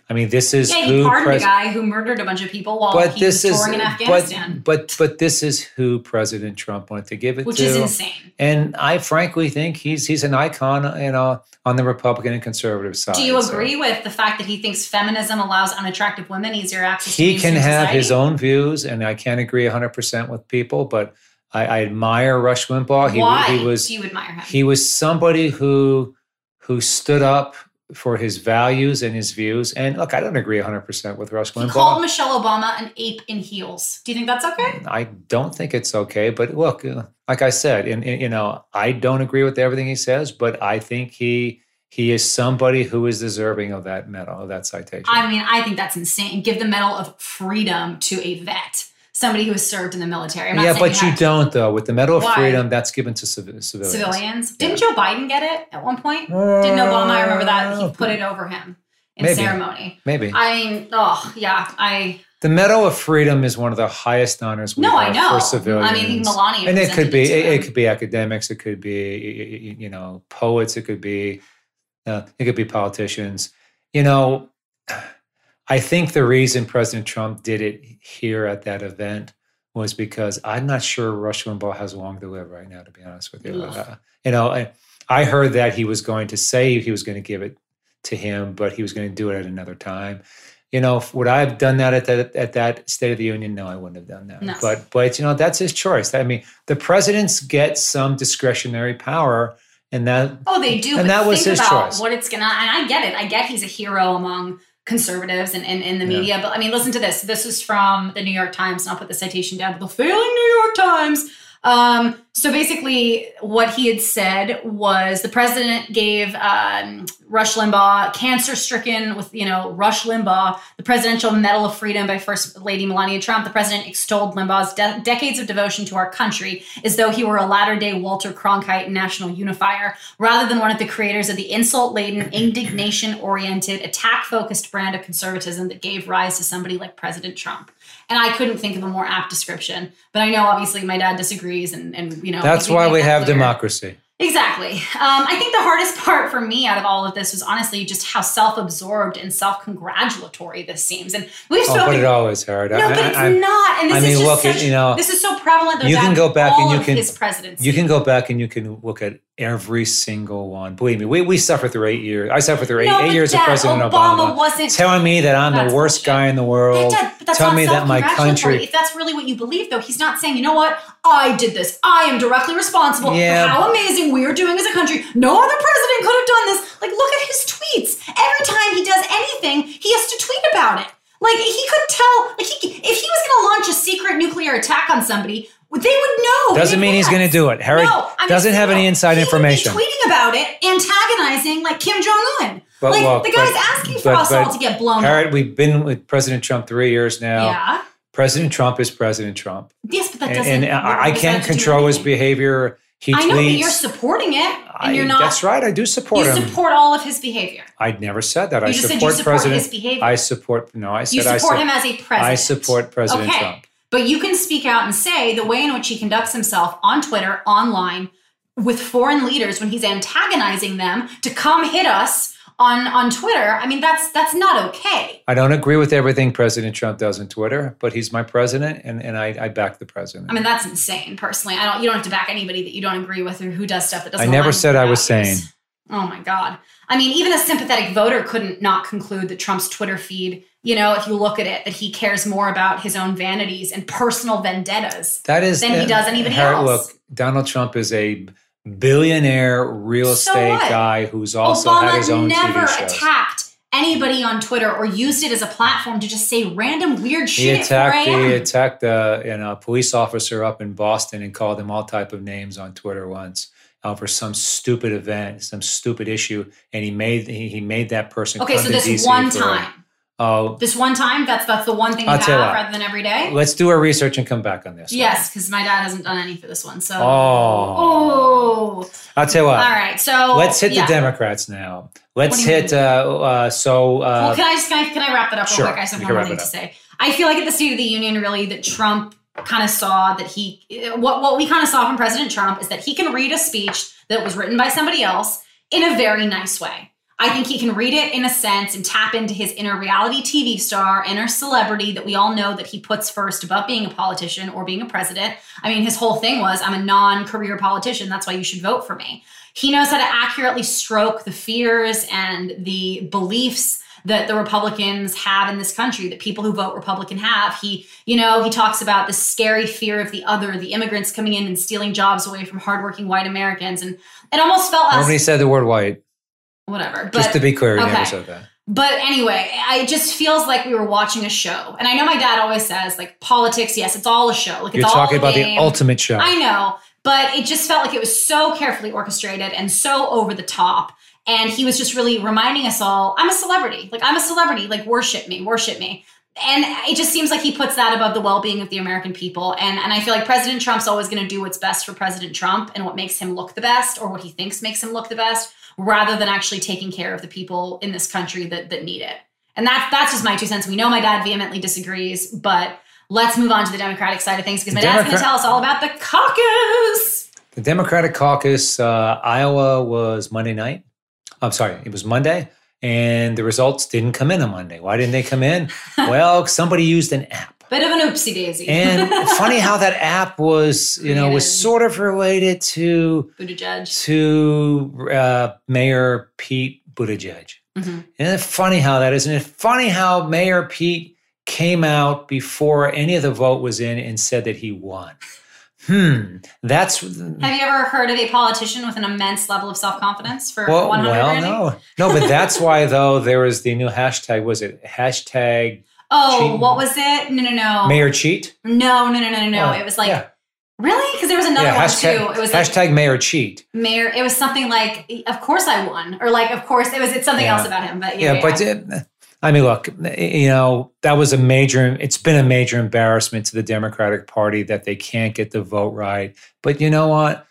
Speaker 3: I mean, this is
Speaker 2: yeah,
Speaker 3: who
Speaker 2: he pardoned
Speaker 3: pres-
Speaker 2: a guy who murdered a bunch of people while
Speaker 3: but
Speaker 2: he
Speaker 3: this
Speaker 2: was
Speaker 3: is
Speaker 2: touring in
Speaker 3: but,
Speaker 2: Afghanistan,
Speaker 3: but but this is who President Trump wanted to give it
Speaker 2: which
Speaker 3: to.
Speaker 2: is insane.
Speaker 3: And I frankly think he's he's an icon, you know, on the Republican and conservative side.
Speaker 2: Do you
Speaker 3: So
Speaker 2: agree with the fact that he thinks feminism allows unattractive women easier access? to
Speaker 3: He can
Speaker 2: mainstream
Speaker 3: have
Speaker 2: society?
Speaker 3: his own views, and I can't agree 100 percent with people, but I, I admire Rush Limbaugh. He,
Speaker 2: Why
Speaker 3: he was
Speaker 2: do you admire him?
Speaker 3: he was somebody who who stood up for his values and his views. And look, I don't agree 100 percent with Rush
Speaker 2: He called
Speaker 3: Limbaugh.
Speaker 2: Michelle Obama an ape in heels. Do you think that's okay?
Speaker 3: I don't think it's okay, but look, uh, like I said, and, and, you know, I don't agree with everything he says, but I think he he is somebody who is deserving of that medal, of that citation.
Speaker 2: I mean, I think that's insane. Give the Medal of Freedom to a vet, somebody who has served in the military. I'm not
Speaker 3: yeah,
Speaker 2: saying
Speaker 3: but you
Speaker 2: have
Speaker 3: don't though. With the Medal of
Speaker 2: Why?
Speaker 3: Freedom, that's given to civ- civilians.
Speaker 2: civilians.
Speaker 3: Yeah.
Speaker 2: Didn't Joe Biden get it at one point? Didn't Obama? I remember that he put it over him in
Speaker 3: Maybe.
Speaker 2: ceremony.
Speaker 3: Maybe
Speaker 2: I mean, oh yeah, I
Speaker 3: the Medal of Freedom is one of the highest honors we
Speaker 2: no, I
Speaker 3: have
Speaker 2: know.
Speaker 3: for civilians.
Speaker 2: I mean, Melania,
Speaker 3: and it could
Speaker 2: presented
Speaker 3: be
Speaker 2: to
Speaker 3: it, it
Speaker 2: him.
Speaker 3: could be academics, it could be y- y- you know poets, it could be uh, it could be politicians. You know, I think the reason President Trump did it here at that event was because I'm not sure Rush Limbaugh has long to live right now. To be honest with you,
Speaker 2: Ugh.
Speaker 3: Uh, you know, I, I heard that he was going to say he was going to give it to him, but he was going to do it at another time. you know, if- would I have done that at that at that State of the Union? No, I wouldn't have done that.
Speaker 2: No.
Speaker 3: But but you know, that's his choice. I mean, the presidents get some discretionary power, and that
Speaker 2: Oh, they do. but
Speaker 3: And that was
Speaker 2: think
Speaker 3: his
Speaker 2: about
Speaker 3: choice.
Speaker 2: What it's gonna, and I get it. I get he's a hero among conservatives and in the
Speaker 3: Yeah.
Speaker 2: media. But I mean, listen to this. This is from the New York Times, and I'll put the citation down to the failing New York Times. Um, so basically, what he had said was the president gave um, Rush Limbaugh, cancer-stricken with you know Rush Limbaugh, the Presidential Medal of Freedom by First Lady Melania Trump. The president extolled Limbaugh's de- decades of devotion to our country as though he were a latter-day Walter Cronkite national unifier, rather than one of the creators of the insult-laden, indignation-oriented, attack-focused brand of conservatism that gave rise to somebody like President Trump. And I couldn't think of a more apt description. But I know obviously my dad disagrees, and, and you know
Speaker 3: that's
Speaker 2: we
Speaker 3: why
Speaker 2: made
Speaker 3: we
Speaker 2: that
Speaker 3: have
Speaker 2: clear.
Speaker 3: democracy.
Speaker 2: Exactly. Um, I think the hardest part for me out of all of this was honestly just how self-absorbed and self-congratulatory this seems. And we've
Speaker 3: Oh, but
Speaker 2: spoken.
Speaker 3: it always hard.
Speaker 2: no, but it's not. And this
Speaker 3: I
Speaker 2: is
Speaker 3: mean,
Speaker 2: just
Speaker 3: look at,
Speaker 2: such,
Speaker 3: you know,
Speaker 2: this is so prevalent. They're
Speaker 3: you can
Speaker 2: back
Speaker 3: go
Speaker 2: in
Speaker 3: back and
Speaker 2: all
Speaker 3: you
Speaker 2: of
Speaker 3: can-
Speaker 2: his presidency.
Speaker 3: You can go back and you can look at every single one. Believe me, we, we suffered through eight years. I suffered through eight,
Speaker 2: No,
Speaker 3: eight
Speaker 2: but
Speaker 3: years of
Speaker 2: that
Speaker 3: President
Speaker 2: Obama
Speaker 3: Obama.
Speaker 2: wasn't-
Speaker 3: telling me that I'm
Speaker 2: That's
Speaker 3: the worst
Speaker 2: bullshit.
Speaker 3: guy in the world.
Speaker 2: That- that- but that's
Speaker 3: Tell
Speaker 2: not
Speaker 3: me that my
Speaker 2: self-congratulatory.
Speaker 3: country.
Speaker 2: If that's really what you believe, though, he's not saying, you know what, I did this. I am directly responsible
Speaker 3: Yeah.
Speaker 2: for how amazing we are doing as a country. No other president could have done this. Like, look at his tweets. Every time he does anything, he has to tweet about it. Like, he could tell, like, he, if he was going to launch a secret nuclear attack on somebody, they would know. in
Speaker 3: Doesn't mean he's
Speaker 2: advance.
Speaker 3: going to do it. Harry
Speaker 2: No, I'm
Speaker 3: doesn't
Speaker 2: just-
Speaker 3: have any
Speaker 2: no.
Speaker 3: inside
Speaker 2: He would be
Speaker 3: information.
Speaker 2: tweeting about it, antagonizing like Kim Jong Un.
Speaker 3: But
Speaker 2: Like
Speaker 3: look,
Speaker 2: the guy's
Speaker 3: but-
Speaker 2: asking for
Speaker 3: but-
Speaker 2: us all
Speaker 3: but
Speaker 2: to get blown
Speaker 3: Harry,
Speaker 2: up.
Speaker 3: we've been with President Trump three years now.
Speaker 2: Yeah.
Speaker 3: President Trump is President Trump,
Speaker 2: Yes, but that
Speaker 3: and,
Speaker 2: doesn't.
Speaker 3: and
Speaker 2: what
Speaker 3: I, I
Speaker 2: does
Speaker 3: can't
Speaker 2: that do
Speaker 3: control his
Speaker 2: anything?
Speaker 3: behavior. He
Speaker 2: I
Speaker 3: tweets.
Speaker 2: know, but you're supporting it, and
Speaker 3: I-
Speaker 2: you're not.
Speaker 3: That's right. I do support
Speaker 2: you
Speaker 3: him.
Speaker 2: support all of his behavior.
Speaker 3: I'd never said that. I
Speaker 2: You just said you
Speaker 3: support
Speaker 2: support
Speaker 3: President.
Speaker 2: his behavior.
Speaker 3: I support. No, I said
Speaker 2: You
Speaker 3: I
Speaker 2: support
Speaker 3: su-
Speaker 2: him as a president.
Speaker 3: I support President
Speaker 2: okay.
Speaker 3: Trump.
Speaker 2: But you can speak out and say the way in which he conducts himself on Twitter, online, with foreign leaders when he's antagonizing them to come hit us on on Twitter. I mean, that's that's not okay.
Speaker 3: I don't agree with everything President Trump does on Twitter, but he's my president, and, and I, I back the president.
Speaker 2: I mean, that's insane. Personally, I don't. You don't have to back anybody that you don't agree with or who does stuff that doesn't.
Speaker 3: I never
Speaker 2: align with
Speaker 3: said
Speaker 2: your
Speaker 3: I was
Speaker 2: values.
Speaker 3: sane.
Speaker 2: Oh my God. I mean, even a sympathetic voter couldn't not conclude that Trump's Twitter feed, you know, if you look at it, that he cares more about his own vanities and personal vendettas.
Speaker 3: that is
Speaker 2: than he does anybody
Speaker 3: Harriet,
Speaker 2: else.
Speaker 3: Look, Donald Trump is a billionaire real
Speaker 2: So
Speaker 3: estate
Speaker 2: what?
Speaker 3: guy who's also
Speaker 2: Obama
Speaker 3: had his own
Speaker 2: never
Speaker 3: TV shows.
Speaker 2: attacked anybody on Twitter or used it as a platform to just say random weird
Speaker 3: he
Speaker 2: shit. at
Speaker 3: attacked
Speaker 2: 4 a.m.
Speaker 3: he attacked a, you know, a police officer up in Boston and called him all type of names on Twitter once uh, for some stupid event, some stupid issue, and he made he, he made that person.
Speaker 2: Okay,
Speaker 3: come
Speaker 2: so
Speaker 3: to
Speaker 2: this
Speaker 3: DC
Speaker 2: one
Speaker 3: for-
Speaker 2: time.
Speaker 3: Oh,
Speaker 2: This one time, that's that's the one thing you
Speaker 3: I'll
Speaker 2: have
Speaker 3: tell you what.
Speaker 2: rather than every day.
Speaker 3: let's do our research and come back on this.
Speaker 2: Yes, because my dad hasn't done any for this one. So
Speaker 3: Oh.
Speaker 2: Oh.
Speaker 3: I'll tell you what.
Speaker 2: all right. So
Speaker 3: Let's hit
Speaker 2: yeah.
Speaker 3: the Democrats now.
Speaker 2: What
Speaker 3: Let's
Speaker 2: do you
Speaker 3: hit. Uh, uh, so
Speaker 2: well,
Speaker 3: uh,
Speaker 2: can I just can I, can I wrap that up
Speaker 3: Sure,
Speaker 2: real quick? I just have
Speaker 3: you
Speaker 2: one
Speaker 3: can
Speaker 2: more
Speaker 3: wrap
Speaker 2: thing
Speaker 3: it
Speaker 2: to
Speaker 3: up.
Speaker 2: say. I feel like at the State of the Union, really, that Trump kind of saw that he what what we kind of saw from President Trump is that he can read a speech that was written by somebody else in a very nice way. I think he can read it in a sense and tap into his inner reality TV star, inner celebrity that we all know that he puts first above being a politician or being a president. I mean, his whole thing was, I'm a non career politician. That's why you should vote for me. He knows how to accurately stroke the fears and the beliefs that the Republicans have in this country, that people who vote Republican have. He, you know, he talks about the scary fear of the other, the immigrants coming in and stealing jobs away from hardworking white Americans. And it almost felt
Speaker 3: nobody
Speaker 2: us,
Speaker 3: said the word white.
Speaker 2: whatever. But,
Speaker 3: Just to be clear, he
Speaker 2: okay.
Speaker 3: never said that.
Speaker 2: but anyway, I it just feels like we were watching a show. And I know my dad always says, like, politics, yes, it's all a show. Like, it's
Speaker 3: You're
Speaker 2: all
Speaker 3: talking
Speaker 2: a
Speaker 3: about the
Speaker 2: game.
Speaker 3: ultimate show.
Speaker 2: I know, but it just felt like it was so carefully orchestrated and so over the top. And he was just really reminding us all, I'm a celebrity. Like, I'm a celebrity. Like, worship me, worship me. And it just seems like he puts that above the well being of the American people. And, and I feel like President Trump's always going to do what's best for President Trump and what makes him look the best or what he thinks makes him look the best rather than actually taking care of the people in this country that, that need it. And that, that's just my two cents. We know my dad vehemently disagrees, but let's move on to the Democratic side of things because my dad's going to
Speaker 3: Democrat-
Speaker 2: tell us all about the caucus.
Speaker 3: The Democratic caucus, uh, Iowa was Monday night. I'm sorry, it was Monday, and the results didn't come in on Monday. Why didn't they come in? well, somebody used an app.
Speaker 2: Bit of an oopsie daisy.
Speaker 3: And funny how that app was, you know, was
Speaker 2: Created.
Speaker 3: sort of related to
Speaker 2: Buttigieg.
Speaker 3: to uh, Mayor Pete Buttigieg.
Speaker 2: Mhm.
Speaker 3: Isn't it funny how that is? Isn't it funny how Mayor Pete came out before any of the vote was in and said that he won? Hmm. That's
Speaker 2: Have you ever heard of a politician with an immense level of self confidence for
Speaker 3: well,
Speaker 2: 100
Speaker 3: well,
Speaker 2: rating?
Speaker 3: no, no, but that's why though there was the new hashtag. Was it hashtag
Speaker 2: Oh,
Speaker 3: Cheating.
Speaker 2: what was it? No, no, no.
Speaker 3: Mayor Cheat?
Speaker 2: no, no, no, no, no, Oh. no.
Speaker 3: Oh,
Speaker 2: it was like,
Speaker 3: yeah.
Speaker 2: really? Because there was another
Speaker 3: yeah,
Speaker 2: one
Speaker 3: hashtag,
Speaker 2: too. It was like,
Speaker 3: hashtag Mayor Cheat.
Speaker 2: mayor. It was something like, of course I won. Or like, of course, it was it's something
Speaker 3: Yeah.
Speaker 2: else about him. But yeah,
Speaker 3: yeah, but uh, I mean, look, you know, that was a major. It's been a major embarrassment to the Democratic Party that they can't get the vote right. But you know what?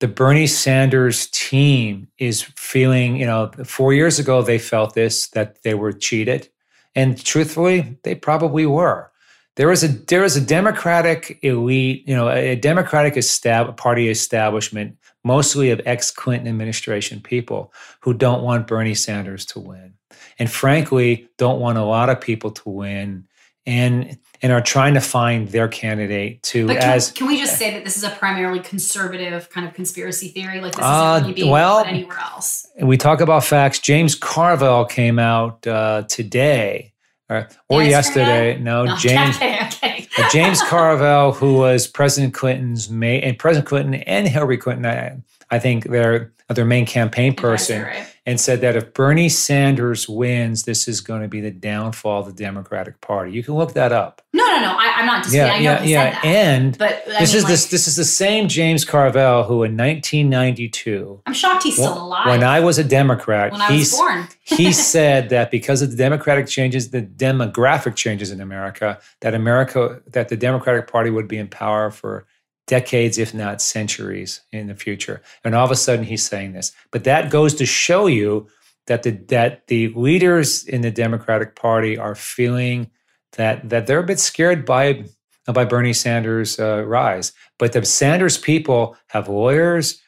Speaker 3: The Bernie Sanders team is feeling. You know, four years ago they felt this that they were cheated, and truthfully, they probably were. There is a there is a Democratic elite, you know, a, a Democratic estab- party establishment, mostly of ex Clinton administration people, who don't want Bernie Sanders to win and frankly don't want a lot of people to win and and are trying to find their candidate to
Speaker 2: But can,
Speaker 3: as
Speaker 2: can we just say that this is a primarily conservative kind of conspiracy theory? Like this isn't
Speaker 3: Uh,
Speaker 2: really being
Speaker 3: well-
Speaker 2: put anywhere else.
Speaker 3: we talk about facts james carville came out uh, today or, or
Speaker 2: Yesterday?
Speaker 3: yesterday no
Speaker 2: No,
Speaker 3: oh, james
Speaker 2: Okay, okay.
Speaker 3: Uh, James Carville, who was President Clinton's main, and President Clinton and Hillary Clinton, I, I think their their main campaign person,
Speaker 2: Advisor, right?
Speaker 3: and said that if Bernie Sanders wins, this is going to be the downfall of the Democratic Party. You can look that up.
Speaker 2: No, no, no. I, I'm not disputing.
Speaker 3: Yeah,
Speaker 2: I know
Speaker 3: yeah,
Speaker 2: he
Speaker 3: yeah.
Speaker 2: said that.
Speaker 3: And
Speaker 2: but I
Speaker 3: this
Speaker 2: mean,
Speaker 3: is
Speaker 2: like,
Speaker 3: this this is the same James Carville who in 1992,
Speaker 2: I'm shocked he's still
Speaker 3: wh-
Speaker 2: alive.
Speaker 3: when I was a Democrat,
Speaker 2: when I
Speaker 3: he
Speaker 2: was
Speaker 3: s-
Speaker 2: born.
Speaker 3: he said that because of the democratic changes, the demographic changes in America, that America that the Democratic Party would be in power for decades, if not centuries, in the future. And all of a sudden, he's saying this. But that goes to show you that the that the leaders in the Democratic Party are feeling that that they're a bit scared by by Bernie Sanders' uh, rise. But the Sanders people have lawyers.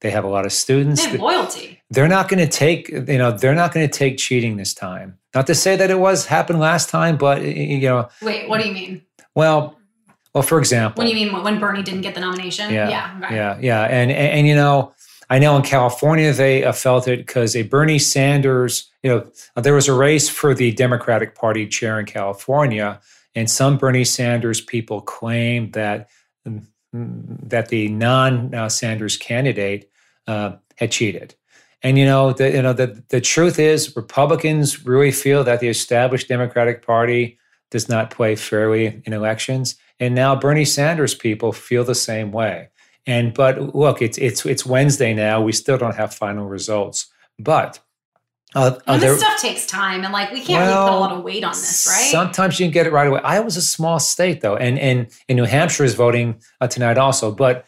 Speaker 3: They have a lot of
Speaker 2: They
Speaker 3: students.
Speaker 2: have loyalty.
Speaker 3: they're not going to take you know they're not going to take cheating this time. Not to say that it was happened last time, but you know,
Speaker 2: Wait, what do you mean?
Speaker 3: well, well, for example,
Speaker 2: When you mean when Bernie didn't get the nomination?
Speaker 3: yeah,
Speaker 2: okay.
Speaker 3: yeah, yeah. And, and and you know, I know in California they uh, felt it because a Bernie Sanders, you know, uh, there was a race for the Democratic Party chair in California, and some Bernie Sanders people claimed that mm, that the non-Sanders candidate uh, had cheated. And you know, the, you know, the, the truth is, Republicans really feel that the established Democratic Party does not play fairly in elections, and now Bernie Sanders people feel the same way. And but look, it's it's it's Wednesday now. We still don't have final results, but uh,
Speaker 2: I mean,
Speaker 3: other-
Speaker 2: this stuff takes time, and like we can't really put a
Speaker 3: Well,
Speaker 2: lot of weight on this, right?
Speaker 3: Sometimes you can get it right away. Iowa's a small state, though, and and, and New Hampshire is voting uh, tonight also. But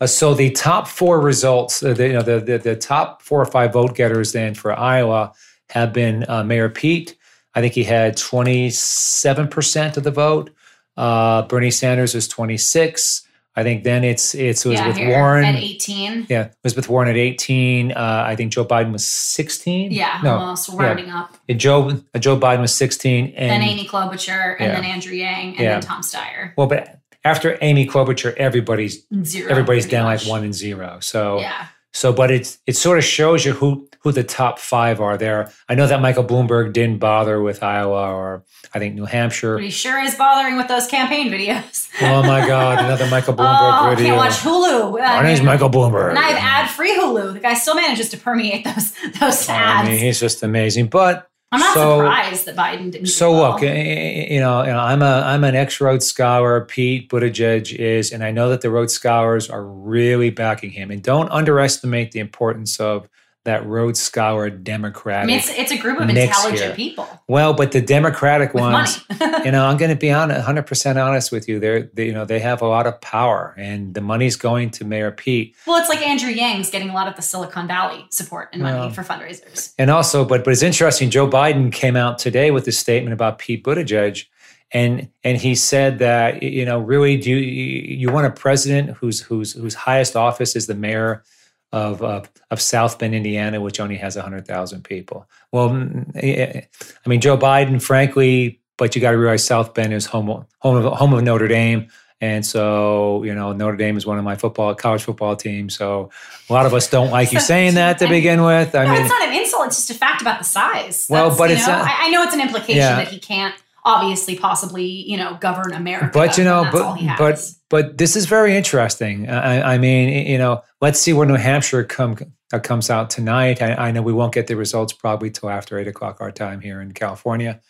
Speaker 3: uh, so the top four results, uh, the, you know, the, the the top four or five vote getters then for Iowa have been uh, Mayor Pete. I think he had twenty seven percent of the vote. Uh, Bernie Sanders was twenty six. I think then it's it's it was
Speaker 2: yeah,
Speaker 3: with
Speaker 2: here,
Speaker 3: Warren.
Speaker 2: at 18.
Speaker 3: Yeah, it was with Warren at eighteen. Uh, I think Joe Biden was sixteen.
Speaker 2: Yeah, uh-huh.
Speaker 3: no,
Speaker 2: almost rounding up.
Speaker 3: and Joe Joe Biden was sixteen,
Speaker 2: Then
Speaker 3: and
Speaker 2: Amy Klobuchar, and
Speaker 3: Yeah.
Speaker 2: then Andrew Yang, and
Speaker 3: Yeah.
Speaker 2: then Tom Steyer.
Speaker 3: Well, but after Amy Klobuchar, everybody's
Speaker 2: Zero.
Speaker 3: everybody's
Speaker 2: pretty
Speaker 3: down
Speaker 2: much.
Speaker 3: like one and zero. So
Speaker 2: Oh Yeah.
Speaker 3: so, but it's it sort of shows you who who the top five are there. I know that Michael Bloomberg didn't bother with Iowa or I think New
Speaker 2: But
Speaker 3: Hampshire.
Speaker 2: he sure is bothering with those campaign videos.
Speaker 3: oh my God, another Michael Bloomberg
Speaker 2: oh, I can't
Speaker 3: video.
Speaker 2: watch Hulu. I
Speaker 3: My name's
Speaker 2: mean,
Speaker 3: Michael Bloomberg.
Speaker 2: And I have ad-free Hulu. The guy still manages to permeate those those
Speaker 3: Oh, I
Speaker 2: ads.
Speaker 3: mean, he's just amazing. But
Speaker 2: I'm not
Speaker 3: so-
Speaker 2: surprised that Biden didn't. do
Speaker 3: So
Speaker 2: well.
Speaker 3: look, eh, eh, you know, you know, I'm a I'm an ex Rhodes Scholar. Pete Buttigieg is, and I know that the Rhodes Scholars are really backing him. And don't underestimate the importance of that Rhodes Scholar
Speaker 2: I
Speaker 3: Democratic.
Speaker 2: mean, it's it's a group of
Speaker 3: Next
Speaker 2: intelligent
Speaker 3: year.
Speaker 2: people
Speaker 3: well, but the Democratic
Speaker 2: with
Speaker 3: ones,
Speaker 2: money.
Speaker 3: you know, I'm going to be honest, 100 percent honest with you. They're, they, you know, they have a lot of power, and the money's going to Mayor Pete.
Speaker 2: well, it's like Andrew Yang's getting a lot of the Silicon Valley support and money
Speaker 3: Well.
Speaker 2: for fundraisers.
Speaker 3: And also, but but it's interesting. Joe Biden came out today with a statement about Pete Buttigieg, and and he said that you know really do you, you want a president whose whose whose highest office is the mayor of of, of South Bend, Indiana, which only has hundred thousand people. Well, mm, eh, I mean Joe Biden, frankly, but you got to realize South Bend is home home of home of Notre Dame. And so, you know, Notre Dame is one of my football, college football teams. So a lot of us don't like you saying that to begin with. I
Speaker 2: No,
Speaker 3: mean,
Speaker 2: it's not an insult. It's just a fact about the size.
Speaker 3: Well,
Speaker 2: That's,
Speaker 3: but
Speaker 2: you
Speaker 3: it's
Speaker 2: know,
Speaker 3: not-
Speaker 2: I, I know it's an implication
Speaker 3: Yeah.
Speaker 2: that he can't obviously possibly you know govern America.
Speaker 3: but you know,
Speaker 2: and that's all he
Speaker 3: but but
Speaker 2: has.
Speaker 3: but this is very interesting. Uh, I, I mean, you know, let's see where New Hampshire come uh, comes out tonight. I, I know we won't get the results probably till after eight o'clock our time here in California.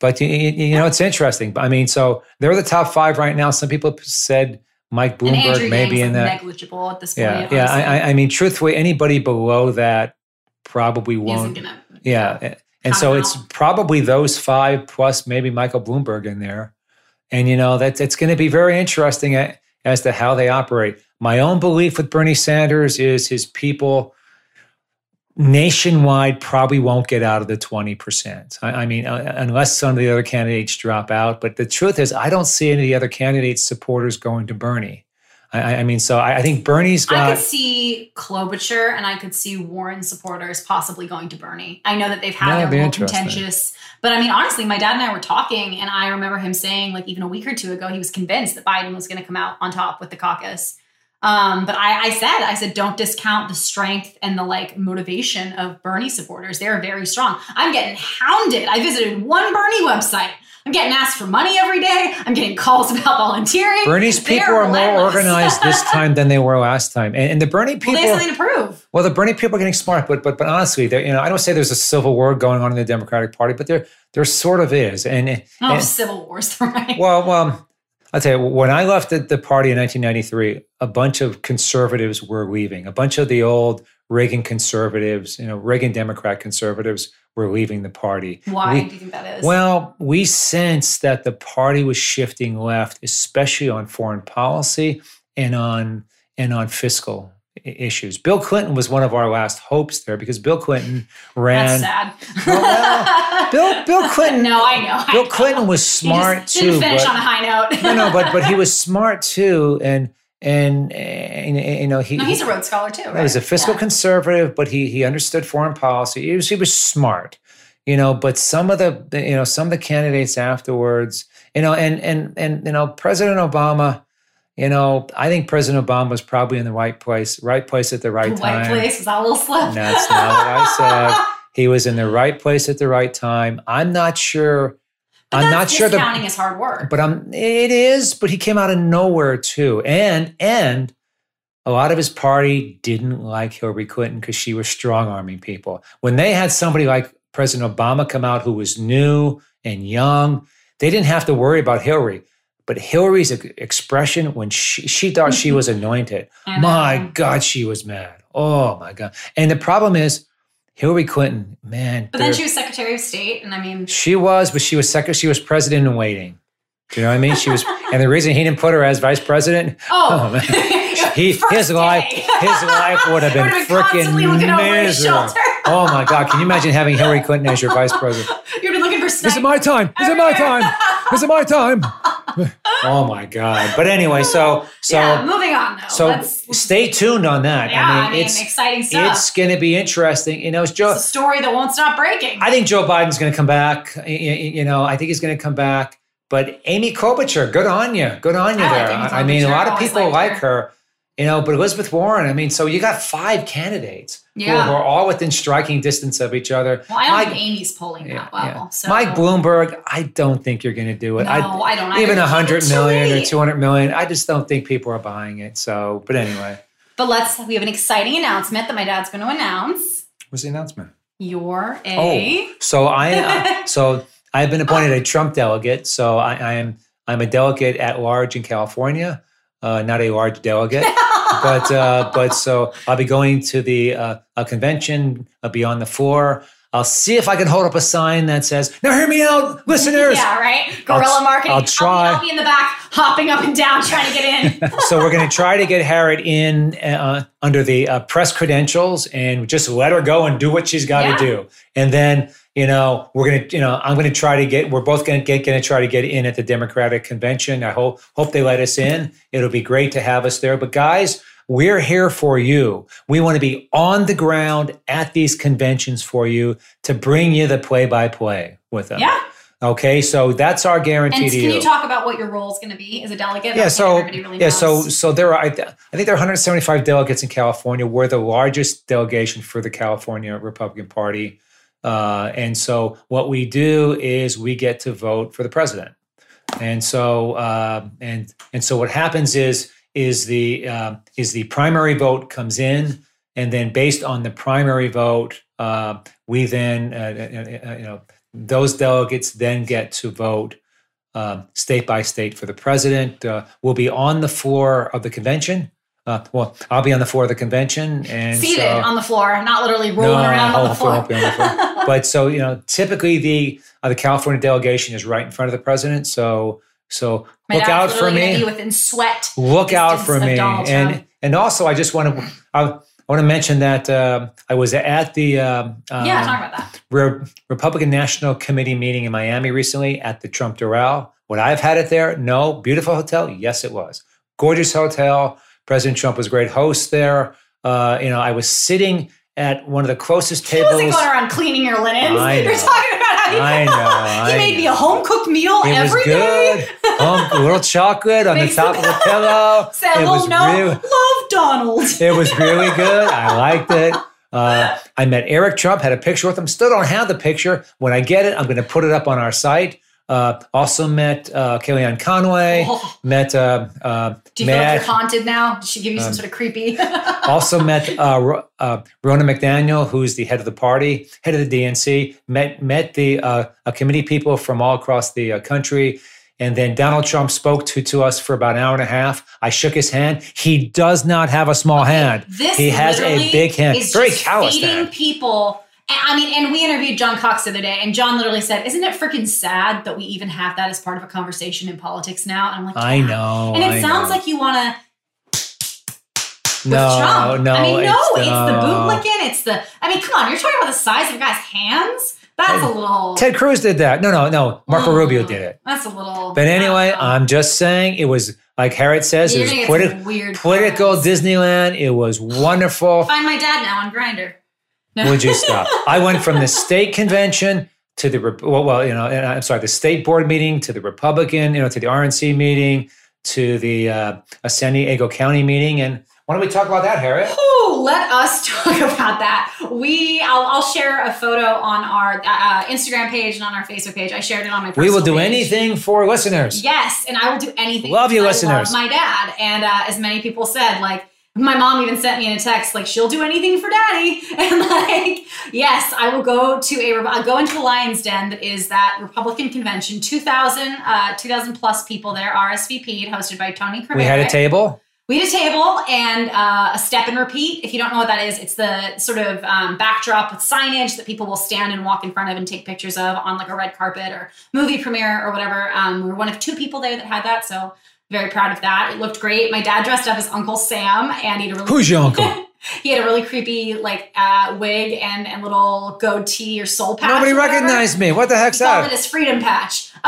Speaker 3: But you, you you know, it's interesting. I mean, so they're the top five right now. Some people said Mike
Speaker 2: and Andrew
Speaker 3: Bloomberg maybe
Speaker 2: Yang's
Speaker 3: in that.
Speaker 2: negligible at this point.
Speaker 3: Yeah, yeah.
Speaker 2: honestly.
Speaker 3: I, I- I mean, truthfully, anybody below that probably
Speaker 2: He isn't
Speaker 3: won't.
Speaker 2: gonna-
Speaker 3: Yeah, and so
Speaker 2: Somehow.
Speaker 3: it's probably those five plus maybe Michael Bloomberg in there, and you know that it's going to be very interesting a- as to how they operate. My own belief with Bernie Sanders is his people nationwide probably won't get out of the 20%. I, I mean, uh, unless some of the other candidates drop out. But the truth is, I don't see any of the other candidates' supporters going to Bernie. I, I- I mean, so I, I think Bernie's got.
Speaker 2: I could see Klobuchar and I could see Warren supporters possibly going to Bernie. I know that they've had
Speaker 3: That'd be
Speaker 2: their little
Speaker 3: interesting.
Speaker 2: contentious, but I mean, honestly, my dad and I were talking, and I remember him saying, like, even a week or two ago, he was convinced that Biden was going to come out on top with the caucus. Um, but I, I said, I said, don't discount the strength and the like motivation of Bernie supporters. They're very strong. I'm getting hounded. I visited one Bernie website. I'm getting asked for money every day. I'm getting calls about volunteering.
Speaker 3: Bernie's
Speaker 2: They're
Speaker 3: people are more
Speaker 2: relentless.
Speaker 3: organized this time than they were last time, and, and the Bernie
Speaker 2: Well,
Speaker 3: people.
Speaker 2: they have something to prove.
Speaker 3: Well, the Bernie people are getting smart, but but but honestly, there you know I don't say there's a civil war going on in the Democratic Party, but there there sort of is. And, and
Speaker 2: Oh, civil wars, right?
Speaker 3: well, well, I'll tell you, when I left the, the party in 1993, a bunch of conservatives were leaving. A bunch of the old Reagan conservatives, you know, Reagan Democrat conservatives were leaving the party.
Speaker 2: Why
Speaker 3: We-
Speaker 2: do you think that is?
Speaker 3: Well, we sensed that the party was shifting left, especially on foreign policy and on and on fiscal i- issues. Bill Clinton was one of our last hopes there because Bill Clinton
Speaker 2: that's
Speaker 3: ran.
Speaker 2: sad.
Speaker 3: Well, Bill Bill Clinton.
Speaker 2: no, I know. I
Speaker 3: Bill
Speaker 2: know.
Speaker 3: Clinton was
Speaker 2: You just
Speaker 3: smart
Speaker 2: Didn't
Speaker 3: too.
Speaker 2: finish
Speaker 3: but-
Speaker 2: on a high note.
Speaker 3: no, no, but but he was smart too, and and, and, and you know he.
Speaker 2: No, he's a Rhodes Scholar too. Right?
Speaker 3: He was a fiscal conservative, but he he understood foreign policy. He was he was smart, you know. But some of the you know some of the candidates afterwards, you know, and and and you know President Obama, you know, I think President Obama was probably in the right place, right place at the
Speaker 2: Yeah.
Speaker 3: right
Speaker 2: The White
Speaker 3: time.
Speaker 2: place was that a little slip.
Speaker 3: That's not what I said. He was in the right place at the right time. I'm not sure.
Speaker 2: But
Speaker 3: I'm
Speaker 2: that's
Speaker 3: not sure the
Speaker 2: discounting is hard work.
Speaker 3: but I'm it is, but he came out of nowhere too. And and a lot of his party didn't like Hillary Clinton because she was strong arming people. When they had somebody like President Obama come out who was new and young, they didn't have to worry about Hillary. But Hillary's ex- expression when she, she thought she was anointed,
Speaker 2: I know.
Speaker 3: my God, she was mad. Oh my God. And the problem is, Hillary Clinton, man.
Speaker 2: But then
Speaker 3: there-
Speaker 2: she was Secretary of State, and I mean,
Speaker 3: she was, but she was second. She was president in waiting. Do you know what I mean? She was, and the reason he didn't put her as vice president,
Speaker 2: oh,
Speaker 3: Oh, man. he
Speaker 2: First
Speaker 3: his life,
Speaker 2: day.
Speaker 3: his life would have been
Speaker 2: Would've been
Speaker 3: freaking
Speaker 2: constantly looking over his
Speaker 3: miserable.
Speaker 2: shoulder.
Speaker 3: Oh my god! Can you imagine having Hillary Clinton as your vice president?
Speaker 2: You've been looking for
Speaker 3: This is
Speaker 2: snipe.
Speaker 3: my time. This is my time. This is my time. Oh my god! But anyway, so so
Speaker 2: yeah, moving on though.
Speaker 3: so
Speaker 2: Let's-
Speaker 3: stay tuned on that.
Speaker 2: yeah,
Speaker 3: I mean, it's
Speaker 2: exciting stuff.
Speaker 3: it's going to be interesting. You know, it's Joe.
Speaker 2: it's a story that won't stop breaking.
Speaker 3: I think Joe Biden's going to come back. Y- y- You know, I think he's going to come back. But Amy Klobuchar, good on you, good on you
Speaker 2: I like
Speaker 3: there.
Speaker 2: Amy
Speaker 3: I I mean, a
Speaker 2: Klobuchar.
Speaker 3: lot of
Speaker 2: Always
Speaker 3: people
Speaker 2: liked
Speaker 3: like her, you know. But Elizabeth Warren, I mean, so you got five candidates who-
Speaker 2: Yeah.
Speaker 3: who, are all within striking distance of each other.
Speaker 2: well, I don't
Speaker 3: Mike-
Speaker 2: think Amy's polling
Speaker 3: yeah,
Speaker 2: that well.
Speaker 3: yeah.
Speaker 2: So
Speaker 3: Mike Bloomberg, I don't think you're going to do it.
Speaker 2: No,
Speaker 3: I,
Speaker 2: I, don't.
Speaker 3: even
Speaker 2: a
Speaker 3: a hundred million or two hundred million, I just don't think people are buying it. So, but anyway,
Speaker 2: But let's. We have an exciting announcement that my dad's going to announce.
Speaker 3: what's the announcement?
Speaker 2: You're a.
Speaker 3: So I uh, so I've been appointed a Trump delegate. So I, I am I'm a delegate at large in California, uh, not a large delegate, but uh, but so I'll be going to the uh, a convention. I'll be on the floor. I'll see if I can hold up a sign that says "Now hear me out, listeners."
Speaker 2: Yeah, right.
Speaker 3: I'll
Speaker 2: Guerrilla
Speaker 3: tr-
Speaker 2: marketing.
Speaker 3: I'll
Speaker 2: be-
Speaker 3: try.
Speaker 2: I'll be in the back, hopping up and down, trying to get in.
Speaker 3: so we're going to try to get Harriet in uh, under the uh, press credentials and just let her go and do what she's got
Speaker 2: Yeah.
Speaker 3: to do. And then, you know, we're going to, you know, I'm going to try to get, we're both going to get, going to try to get in at the Democratic convention. I hope, hope they let us in. It'll be great to have us there. But guys, we're here for you. We want to be on the ground at these conventions for you to bring you the play by play with them.
Speaker 2: yeah.
Speaker 3: Okay, so that's our guarantee
Speaker 2: And
Speaker 3: to
Speaker 2: can you talk about what your role is going to be as a delegate? I
Speaker 3: yeah,
Speaker 2: don't think
Speaker 3: so
Speaker 2: everybody really
Speaker 3: yeah,
Speaker 2: knows.
Speaker 3: so so there are. I, th- I think there are 175 delegates in California. We're the largest delegation for the California Republican Party, uh, and so what we do is we get to vote for the president. And so uh, and and so what happens is is the uh, is the primary vote comes in, and then based on the primary vote, uh, we then uh, uh, uh, you know those delegates then get to vote um, state by state for the president. Uh, will be on the floor of the convention. Uh, well, I'll be on the floor of the convention and
Speaker 2: seated
Speaker 3: so-
Speaker 2: on the floor, not literally rolling
Speaker 3: no,
Speaker 2: around
Speaker 3: I'll
Speaker 2: on the
Speaker 3: hold
Speaker 2: floor.
Speaker 3: the floor, I'll hold the floor. but so you know, typically the uh, the California delegation is right in front of the president. So so
Speaker 2: My
Speaker 3: look out
Speaker 2: dad's
Speaker 3: for
Speaker 2: literally gonna
Speaker 3: me.
Speaker 2: Be within sweat.
Speaker 3: Look out for
Speaker 2: distance of
Speaker 3: me.
Speaker 2: Donald
Speaker 3: And
Speaker 2: Trump.
Speaker 3: and also, I just want to I, want to mention that um I was at the um, um,
Speaker 2: yeah, talk about that.
Speaker 3: Re- Republican National Committee meeting in Miami recently at the Trump Doral. Would I have had it there? No. Beautiful hotel? Yes, it was. Gorgeous hotel. President Trump was a great host there. Uh, you know, I was sitting at one of the closest
Speaker 2: He
Speaker 3: tables.
Speaker 2: wasn't going around cleaning your linens.
Speaker 3: I
Speaker 2: You're
Speaker 3: know.
Speaker 2: talking about how he,
Speaker 3: I know,
Speaker 2: he
Speaker 3: I
Speaker 2: made me a
Speaker 3: know.
Speaker 2: home cooked meal
Speaker 3: it was
Speaker 2: every day.
Speaker 3: good. Home- a little chocolate on the
Speaker 2: Makes-
Speaker 3: top of the pillow.
Speaker 2: Said,
Speaker 3: it was
Speaker 2: "Oh no,
Speaker 3: real-
Speaker 2: love Donald."
Speaker 3: It was really good. I liked it. Uh, I met Eric Trump, had a picture with him. Still don't have the picture. When I get it, I'm going to put it up on our site. Uh, also met uh, Kellyanne Conway.
Speaker 2: Oh.
Speaker 3: Met uh, uh,
Speaker 2: Do you feel like
Speaker 3: Matt.
Speaker 2: you're haunted now? Did she give you
Speaker 3: Um,
Speaker 2: some sort of creepy?
Speaker 3: also met uh, Ro- uh, Rona McDaniel, who's the head of the party, head of the DNC. Met met the uh, uh, committee people from all across the uh, country. And then Donald Trump spoke to, to us for about an hour and a half. I shook his hand. He does not have a small hand.
Speaker 2: This
Speaker 3: he has a
Speaker 2: literally
Speaker 3: big hand.
Speaker 2: Is
Speaker 3: Very
Speaker 2: just
Speaker 3: callous
Speaker 2: feeding
Speaker 3: hand.
Speaker 2: people. And, I mean, and we interviewed John Cox the other day, and John literally said, "Isn't it freaking sad that we even have that as part of a conversation in politics now?" And I'm like,
Speaker 3: I
Speaker 2: "Yeah."
Speaker 3: know.
Speaker 2: And it
Speaker 3: I
Speaker 2: sounds
Speaker 3: know.
Speaker 2: like you want to with
Speaker 3: no,
Speaker 2: Trump.
Speaker 3: no.
Speaker 2: I mean, no, it's, the
Speaker 3: no.
Speaker 2: bootlicking. It's the. I mean, come on, you're talking about the size of a guy's hands. That's a little.
Speaker 3: Ted Cruz did that. No, no, no. Marco
Speaker 2: Mm.
Speaker 3: Rubio did it.
Speaker 2: That's a little. uh,
Speaker 3: But anyway,
Speaker 2: I
Speaker 3: I'm just saying it was like Harriet says,
Speaker 2: don't know. Uh-huh. You're
Speaker 3: it was
Speaker 2: gonna get
Speaker 3: politi-
Speaker 2: some weird
Speaker 3: political
Speaker 2: comments.
Speaker 3: Disneyland. It was wonderful.
Speaker 2: Find my dad now on Grinder.
Speaker 3: Would you stop? I went from the state convention to the rep- well, well, you know, and I'm sorry, the state board meeting to the Republican, you know, to the RNC meeting to the uh, a San Diego County meeting. And why don't we talk about that, Harriet?
Speaker 2: Ooh, let us talk about that. We, I'll, I'll share a photo on our uh, Instagram page and on our Facebook page. I shared it on my.
Speaker 3: We will
Speaker 2: personal
Speaker 3: do
Speaker 2: page.
Speaker 3: anything for listeners.
Speaker 2: Yes, and I will do anything.
Speaker 3: Love you,
Speaker 2: I
Speaker 3: listeners.
Speaker 2: my dad, and uh, as many people said, like my mom even sent me in a text, like she'll do anything for daddy, and like yes, I will go to a Re- I'll go into the Lions Den that is that Republican convention, 2,000, uh, 2,000 plus people there, RSVP'd, hosted by Tony. Kremerick.
Speaker 3: We had a table.
Speaker 2: We had a table and uh, a step and repeat. If you don't know what that is, it's the sort of um, backdrop with signage that people will stand and walk in front of and take pictures of on like a red carpet or movie premiere or whatever. Um, we were one of two people there that had that, so very proud of that. It looked great. My dad dressed up as Uncle Sam, and he had a really
Speaker 3: Who's your uncle?
Speaker 2: he had a really creepy like uh, wig and and little goatee or soul patch.
Speaker 3: Nobody
Speaker 2: or whatever.
Speaker 3: recognized me. What the heck's
Speaker 2: He called
Speaker 3: that?
Speaker 2: it his freedom patch.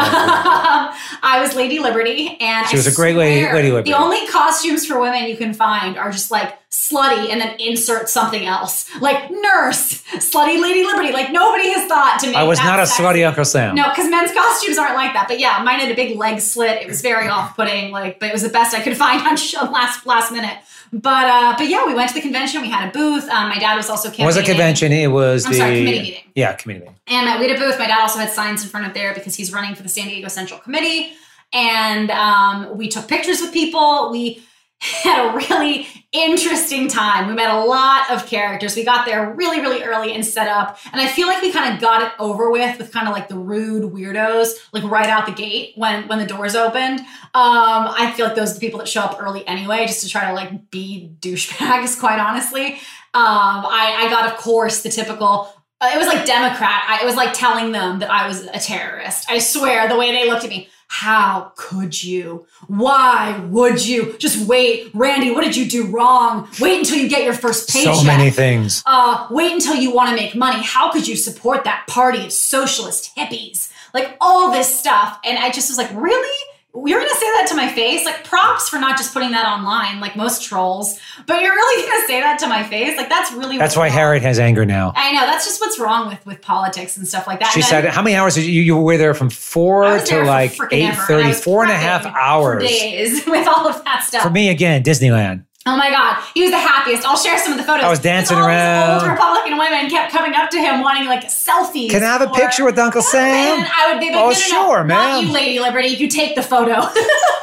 Speaker 2: I was Lady Liberty, and
Speaker 3: She
Speaker 2: I
Speaker 3: was a great lady-
Speaker 2: swear
Speaker 3: Lady Liberty.
Speaker 2: The only costumes for women you can find are just like slutty, and then insert something else, like nurse, slutty Lady Liberty. Like nobody has thought to make.
Speaker 3: I was
Speaker 2: that
Speaker 3: not a
Speaker 2: sexy.
Speaker 3: slutty Uncle Sam.
Speaker 2: No, because men's costumes aren't like that. But yeah, mine had a big leg slit. It was very off-putting. Like, but it was the best I could find on show last last minute. But uh, but yeah, we went to the convention. We had a booth. Um, my dad was also
Speaker 3: it
Speaker 2: campaigning.
Speaker 3: was a convention. It was
Speaker 2: I'm
Speaker 3: the
Speaker 2: sorry, committee meeting.
Speaker 3: yeah committee meeting.
Speaker 2: And uh, we had a booth. My dad also had signs in front of there because he's running for the San Diego Central Committee. And um, we took pictures with people. We had a really interesting time. We met a lot of characters. We got there really, really early and set up. And I feel like we kind of got it over with with kind of like the rude weirdos, like right out the gate when when the doors opened. Um, I feel like those are the people that show up early anyway, just to try to like be douchebags, quite honestly. Um, I, I got, of course, the typical. uh, It was like Democrat. I, it was like telling them that I was a terrorist. I swear, the way they looked at me. How could you? Why would you? Just wait, Randy. What did you do wrong? Wait until you get your first paycheck.
Speaker 3: So many things.
Speaker 2: Uh, wait until you want to make money. How could you support that party of socialist hippies? Like all this stuff. And I just was like, really? you're gonna say that to my face like props for not just putting that online like most trolls but you're really gonna say that to my face like that's really
Speaker 3: That's why Harriet has anger now.
Speaker 2: i know that's just what's wrong with with politics and stuff like that
Speaker 3: She
Speaker 2: And I-
Speaker 3: said, how many hours did you, you were there from
Speaker 2: I
Speaker 3: four
Speaker 2: was there
Speaker 3: to
Speaker 2: for
Speaker 3: like
Speaker 2: frickin' ever, I
Speaker 3: 8.30,
Speaker 2: was
Speaker 3: four and a
Speaker 2: prepping
Speaker 3: half
Speaker 2: for
Speaker 3: hours.
Speaker 2: days with all of that stuff
Speaker 3: For me, again, Disneyland.
Speaker 2: Oh my God, he was the happiest. I'll share some of the photos.
Speaker 3: I was dancing
Speaker 2: All these
Speaker 3: around.
Speaker 2: Old Republican women kept coming up to him wanting like selfies.
Speaker 3: Can I have a
Speaker 2: or-
Speaker 3: picture with Uncle
Speaker 2: And
Speaker 3: Sam?
Speaker 2: I would be like,
Speaker 3: Oh,
Speaker 2: no, no, no,
Speaker 3: sure,
Speaker 2: not
Speaker 3: ma'am.
Speaker 2: you, Lady Liberty, you take the photo.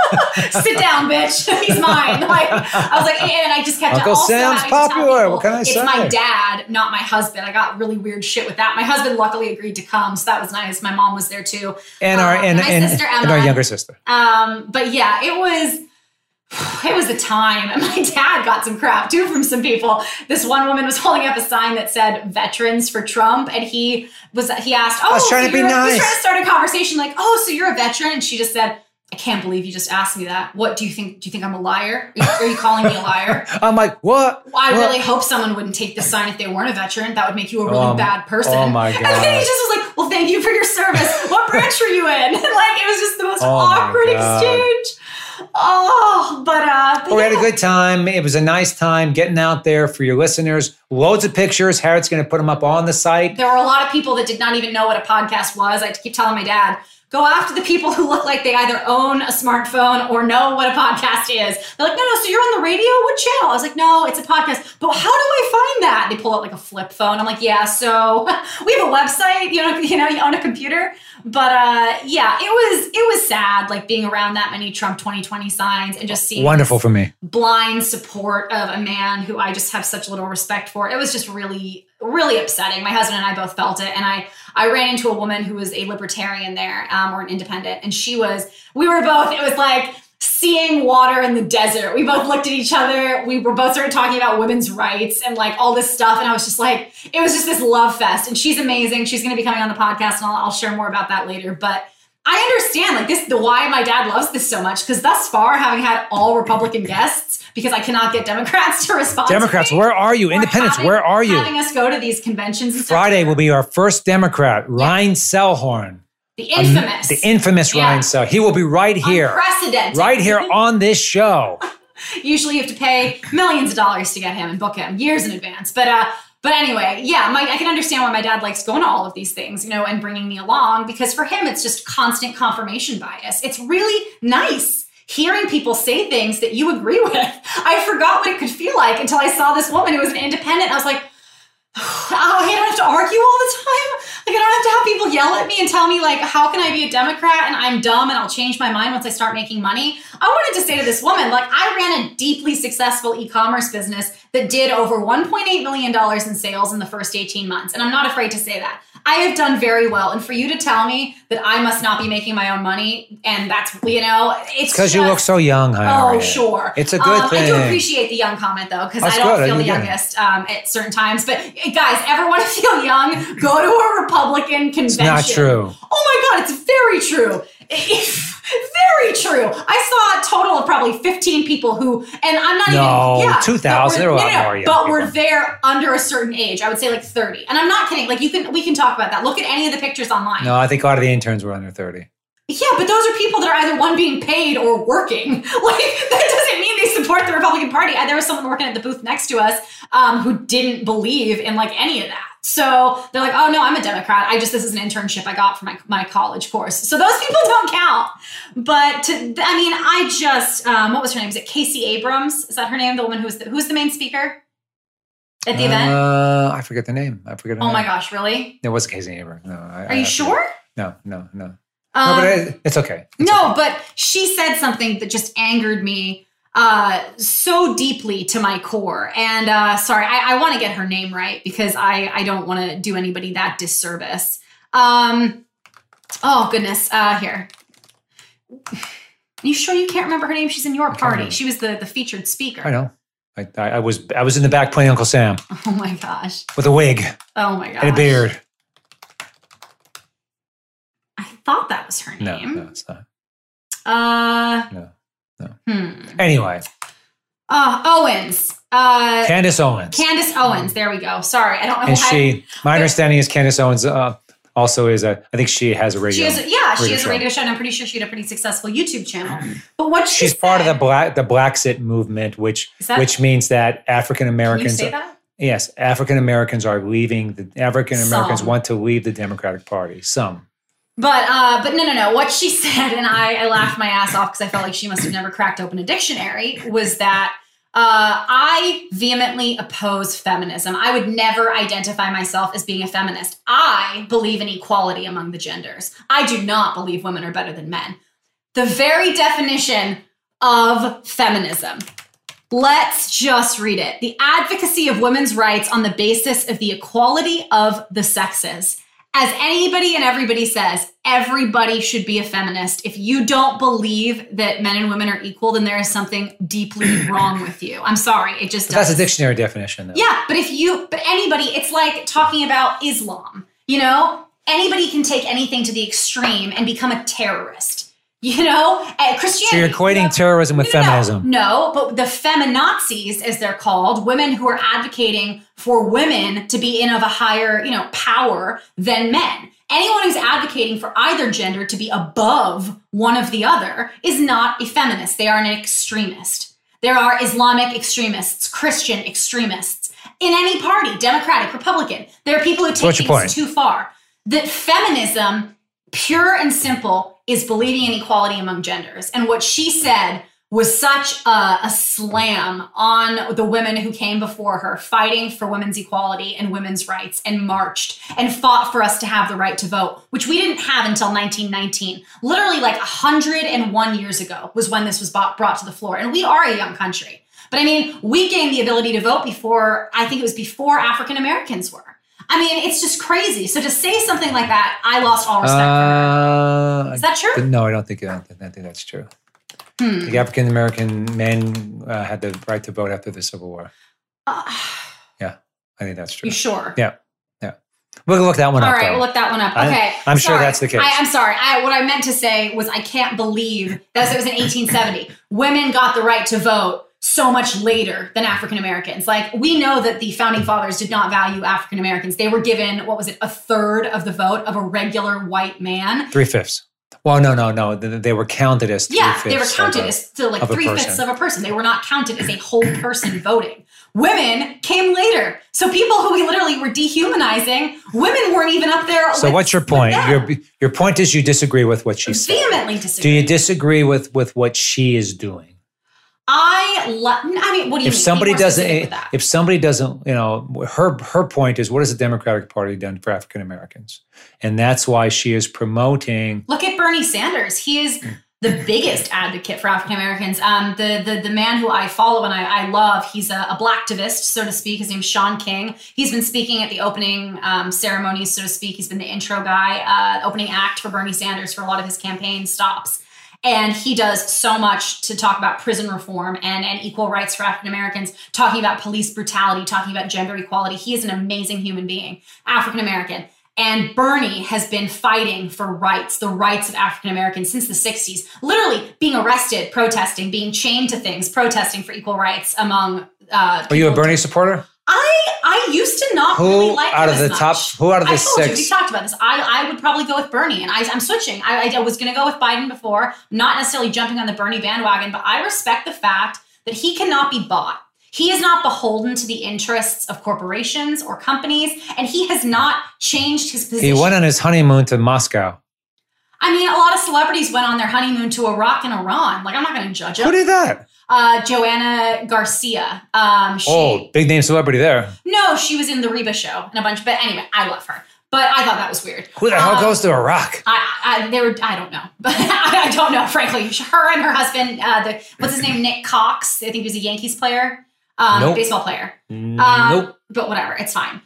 Speaker 2: Sit down, bitch. He's mine. Like I was like, and I just kept
Speaker 3: Uncle
Speaker 2: also
Speaker 3: Sam's
Speaker 2: having to tell
Speaker 3: popular.
Speaker 2: people,
Speaker 3: What can I
Speaker 2: it's
Speaker 3: say?"
Speaker 2: my dad, not my husband. I got really weird shit with that. My husband luckily agreed to come, so that was nice. My mom was there too.
Speaker 3: And our,
Speaker 2: Um,
Speaker 3: and,
Speaker 2: my
Speaker 3: and,
Speaker 2: sister
Speaker 3: and
Speaker 2: Emma.
Speaker 3: our younger sister.
Speaker 2: Um, but yeah, it was it was a time. And my dad got some crap too from some people. This one woman was holding up a sign that said "Veterans for Trump," and he was he asked, "Oh,
Speaker 3: was
Speaker 2: so
Speaker 3: trying to be
Speaker 2: you're a-" He
Speaker 3: nice.
Speaker 2: was trying to start a conversation like, "Oh, so you're a veteran?" And she just said. I can't believe you just asked me that. What do you think? Do you think I'm a liar? Are you- are you calling me a liar?
Speaker 3: I'm like, what?
Speaker 2: Well, I
Speaker 3: What?
Speaker 2: really hope someone wouldn't take this sign if they weren't a veteran. That would make you a really
Speaker 3: Um,
Speaker 2: bad person.
Speaker 3: oh my
Speaker 2: And then he
Speaker 3: God.
Speaker 2: just was like, "Well, thank you for your service. What branch were you in?" like it was just the most
Speaker 3: Oh my
Speaker 2: awkward
Speaker 3: God.
Speaker 2: exchange. Oh, but uh, but
Speaker 3: But we had a
Speaker 2: yeah.
Speaker 3: good time. It was a nice time getting out there for your listeners. Loads of pictures. Harriet's going to put them up on the site.
Speaker 2: there were a lot of people that did not even know what a podcast was. I had to keep telling my dad. Go after the people who look like they either own a smartphone or know what a podcast is. They're like, no, no, so you're on the radio? What channel? I was like, no, it's a podcast. But how do I find that? They pull out like a flip phone. I'm like, yeah, so we have a website, you know, you know, you own a computer. But uh, yeah, it was it was sad like being around that many Trump 2020 signs and just seeing
Speaker 3: Wonderful for me.
Speaker 2: blind support of a man who I just have such little respect for. It was just really, really upsetting. My husband and I both felt it. And I, I ran into a woman who was a libertarian there um, or an independent. And she was, we were both, it was like, Seeing water in the desert. We both looked at each other. We were both started talking about women's rights and like all this stuff. And I was just like, it was just this love fest. And she's amazing. She's going to be coming on the podcast and I'll, I'll share more about that later. But I understand like this the why my dad loves this so much because thus far having had all Republican guests because I cannot get Democrats to respond. to
Speaker 3: Democrats,
Speaker 2: me,
Speaker 3: where are you?
Speaker 2: or
Speaker 3: Independents,
Speaker 2: having-
Speaker 3: where are you?
Speaker 2: Having us go to these conventions. And stuff.
Speaker 3: Friday will be our first Democrat, Ryan Selhorn.
Speaker 2: the infamous,
Speaker 3: The infamous
Speaker 2: Yeah.
Speaker 3: Ryan Selhorn. He will be right here,
Speaker 2: unprecedented.
Speaker 3: right here on this show.
Speaker 2: Usually you have to pay millions of dollars to get him and book him years in advance. But uh, but anyway, yeah, my, I can understand why my dad likes going to all of these things, you know, and bringing me along because for him it's just constant confirmation bias. It's really nice hearing people say things that you agree with. I forgot what it could feel like until I saw this woman who was an independent. I was like. Oh, I don't have to argue all the time. Like I don't have to have people yell at me and tell me like, how can I be a Democrat and I'm dumb and I'll change my mind once I start making money. I wanted to say to this woman, like, I ran a deeply successful e-commerce business that did over 1.8 million dollars in sales in the first 18 months, and I'm not afraid to say that. I have done very well, and for you to tell me that I must not be making my own money, and that's you know, it's
Speaker 3: Because you
Speaker 2: just-
Speaker 3: look so young,
Speaker 2: Oh,
Speaker 3: Harriet.
Speaker 2: sure.
Speaker 3: It's a good
Speaker 2: um, I do
Speaker 3: thing.
Speaker 2: appreciate the young comment though, because
Speaker 3: That's
Speaker 2: I don't
Speaker 3: good.
Speaker 2: feel the
Speaker 3: You get it.
Speaker 2: youngest um, at certain times. But guys, ever want to feel young? Go to a Republican convention.
Speaker 3: Not true.
Speaker 2: Oh my God, it's very true. very true. I saw a total of probably 15 people who, and I'm not
Speaker 3: No,
Speaker 2: even. Yeah,
Speaker 3: 2,000,
Speaker 2: but
Speaker 3: there were
Speaker 2: were-
Speaker 3: a
Speaker 2: no,
Speaker 3: lot
Speaker 2: no, no,
Speaker 3: more young
Speaker 2: But were
Speaker 3: people.
Speaker 2: there under a certain age. I would say like 30. And I'm not kidding. Like, you can, we can talk about that. Look at any of the pictures online.
Speaker 3: No, I think a lot of the interns were under 30.
Speaker 2: Yeah, but those are people that are either one being paid or working. Like that doesn't mean they support the Republican Party. And there was someone working at the booth next to us um, who didn't believe in like any of that. So they're like, "Oh no, I'm a Democrat. I just this is an internship I got for my my college course." So those people don't count. But to, I mean, I just um, what was her name? Is it Casey Abrams? Is that her name? The woman who's the, who's the main speaker at the event?
Speaker 3: Uh, I forget the name. I forget her
Speaker 2: Oh my
Speaker 3: name.
Speaker 2: gosh, really?
Speaker 3: It was Casey Abrams. No, I,
Speaker 2: Are you sure?
Speaker 3: No, no, no.
Speaker 2: Um,
Speaker 3: no, but it, it's okay. It's okay.
Speaker 2: No, but she said something that just angered me uh, so deeply to my core. And uh, sorry, I, I want to get her name right because I, I don't want to do anybody that disservice. Um, oh, goodness. Uh, here. You sure you can't remember her name? She's in your party.
Speaker 3: remember.
Speaker 2: She was the, the featured speaker.
Speaker 3: I know. I, I, I was I was in the back playing Uncle Sam
Speaker 2: Oh my gosh.
Speaker 3: with a wig
Speaker 2: Oh my gosh.
Speaker 3: and a beard.
Speaker 2: I thought that was her
Speaker 3: No,
Speaker 2: name.
Speaker 3: no, it's not.
Speaker 2: Uh,
Speaker 3: No, no.
Speaker 2: Hmm.
Speaker 3: Anyway,
Speaker 2: Uh, Owens. Uh,
Speaker 3: Candace Owens.
Speaker 2: Candace Owens. There we go. Sorry. I don't know
Speaker 3: and
Speaker 2: why-
Speaker 3: she, my understanding is Candace Owens uh, also is a. I think she has a radio.
Speaker 2: She has, yeah, she
Speaker 3: radio
Speaker 2: has a
Speaker 3: show. Mm.
Speaker 2: radio show, and I'm pretty sure she had a pretty successful YouTube channel. But what she
Speaker 3: She's part of the
Speaker 2: said-
Speaker 3: black the Blacksit movement, which
Speaker 2: Is that-
Speaker 3: which means that African
Speaker 2: Can you
Speaker 3: Americans.
Speaker 2: say that?
Speaker 3: Yes, African Americans are leaving. The African Americans
Speaker 2: Some.
Speaker 3: want to leave the Democratic Party. Some.
Speaker 2: But uh, but no no no. What she said, and I, I laughed my ass off because I felt like she must have never cracked open a dictionary. Was that uh, I vehemently oppose feminism. I would never identify myself as being a feminist. I believe in equality among the genders. I do not believe women are better than men. The very definition of feminism. Let's just read it. The advocacy of women's rights on the basis of the equality of the sexes. As anybody and everybody says, everybody should be a feminist. If you don't believe that men and women are equal, then there is something deeply wrong with you. I'm sorry, it just
Speaker 3: That's
Speaker 2: does.
Speaker 3: a dictionary definition, though.
Speaker 2: Yeah, but if you, but anybody, it's like talking about Islam. You know, anybody can take anything to the extreme and become a terrorist. You know, Uh,
Speaker 3: So you're
Speaker 2: Christianity. you know?
Speaker 3: equating terrorism with
Speaker 2: No, no, no.
Speaker 3: feminism.
Speaker 2: No, but the feminazis, as they're called, women who are advocating for women to be in of a higher, you know, power than men. Anyone who's advocating for either gender to be above one of the other is not a feminist. They are an extremist. There are Islamic extremists, Christian extremists in any party, Democratic, Republican. There are people who take
Speaker 3: what's your
Speaker 2: things
Speaker 3: point?
Speaker 2: too far. That feminism, pure and simple, is believing in equality among genders. And what she said was such a, a slam on the women who came before her, fighting for women's equality and women's rights, and marched and fought for us to have the right to vote, which we didn't have until 1919. Literally, like 101 years ago was when this was bought, brought to the floor. And we are a young country. But I mean, we gained the ability to vote before, I think it was before African Americans were. I mean, it's just crazy. So to say something like that, I lost all respect.
Speaker 3: Uh,
Speaker 2: Is that true?
Speaker 3: no, I don't think I don't think, I don't think that's true.
Speaker 2: Hmm.
Speaker 3: The African American men uh, had the right to vote after the Civil War.
Speaker 2: Uh,
Speaker 3: I think that's true.
Speaker 2: you sure?
Speaker 3: Yeah. We'll look that one
Speaker 2: All
Speaker 3: up.
Speaker 2: right,
Speaker 3: though.
Speaker 2: we'll look that one up.
Speaker 3: I'm-
Speaker 2: Okay,
Speaker 3: I'm sure
Speaker 2: sorry.
Speaker 3: that's the case.
Speaker 2: I, I'm sorry. I, what I meant to say was I can't believe that it was in 1870. Women got the right to vote so much later than African Americans. Like we know that the founding fathers did not value African Americans. They were given what was it, a third of the vote of a regular white man.
Speaker 3: Three fifths. Well, no, no, no. Th- th- They were counted as three
Speaker 2: Yeah,
Speaker 3: fifths.
Speaker 2: they were counted as to like
Speaker 3: of a
Speaker 2: three fifths
Speaker 3: person.
Speaker 2: of a person. They were not counted as a whole person voting. Women came later, so people who we literally were dehumanizing, women weren't even up there.
Speaker 3: So,
Speaker 2: with-
Speaker 3: what's your
Speaker 2: with
Speaker 3: point?
Speaker 2: them.
Speaker 3: Your your point is you disagree with what she said.
Speaker 2: vehemently
Speaker 3: Do
Speaker 2: disagree.
Speaker 3: you disagree with with what she is doing?
Speaker 2: I love. I mean, what do you mean?
Speaker 3: If
Speaker 2: Be
Speaker 3: somebody
Speaker 2: more
Speaker 3: doesn't,
Speaker 2: specific with that.
Speaker 3: if somebody doesn't, you know, her her point is, what has the Democratic Party done for African Americans? And that's why she is promoting.
Speaker 2: look at Bernie Sanders. He is the biggest advocate for African Americans. Um, the, the the man who I follow and I, I love, he's a, a blacktivist, so to speak. His name's Sean King. He's been speaking at the opening um, ceremonies, so to speak. He's been the intro guy, uh, opening act for Bernie Sanders for a lot of his campaign stops. And he does so much to talk about prison reform and, and equal rights for African Americans, talking about police brutality, talking about gender equality. He is an amazing human being, African American. And Bernie has been fighting for rights, the rights of African Americans since the 60s, literally being arrested, protesting, being chained to things, protesting for equal rights among. Uh,
Speaker 3: Are you a
Speaker 2: people.
Speaker 3: Bernie supporter?
Speaker 2: I I used to not
Speaker 3: Who
Speaker 2: really like
Speaker 3: out
Speaker 2: him as
Speaker 3: of the
Speaker 2: much.
Speaker 3: top- who out of the
Speaker 2: I told
Speaker 3: six?
Speaker 2: You, we talked about this. I, I would probably go with Bernie, and I, I'm switching. I, I was going to go with Biden before, not necessarily jumping on the Bernie bandwagon, but I respect the fact that he cannot be bought. He is not beholden to the interests of corporations or companies, and he has not changed his
Speaker 3: He
Speaker 2: position.
Speaker 3: went on his honeymoon to Moscow.
Speaker 2: I mean, a lot of celebrities went on their honeymoon to Iraq and Iran. Like, I'm not going to judge
Speaker 3: Who
Speaker 2: him.
Speaker 3: did that?
Speaker 2: Uh, Joanna Garcia. Um, she,
Speaker 3: Oh, big name celebrity there.
Speaker 2: No, she was in the Reba show and a bunch. But anyway, I love her. But I thought that was weird.
Speaker 3: Who the hell
Speaker 2: Um,
Speaker 3: goes to Iraq?
Speaker 2: I, I they were I don't know, but I, I don't know frankly. Her and her husband, uh, the what's his name, Nick Cox. I think he was a Yankees player, um,
Speaker 3: Nope.
Speaker 2: baseball player. Um,
Speaker 3: nope.
Speaker 2: But whatever, it's fine.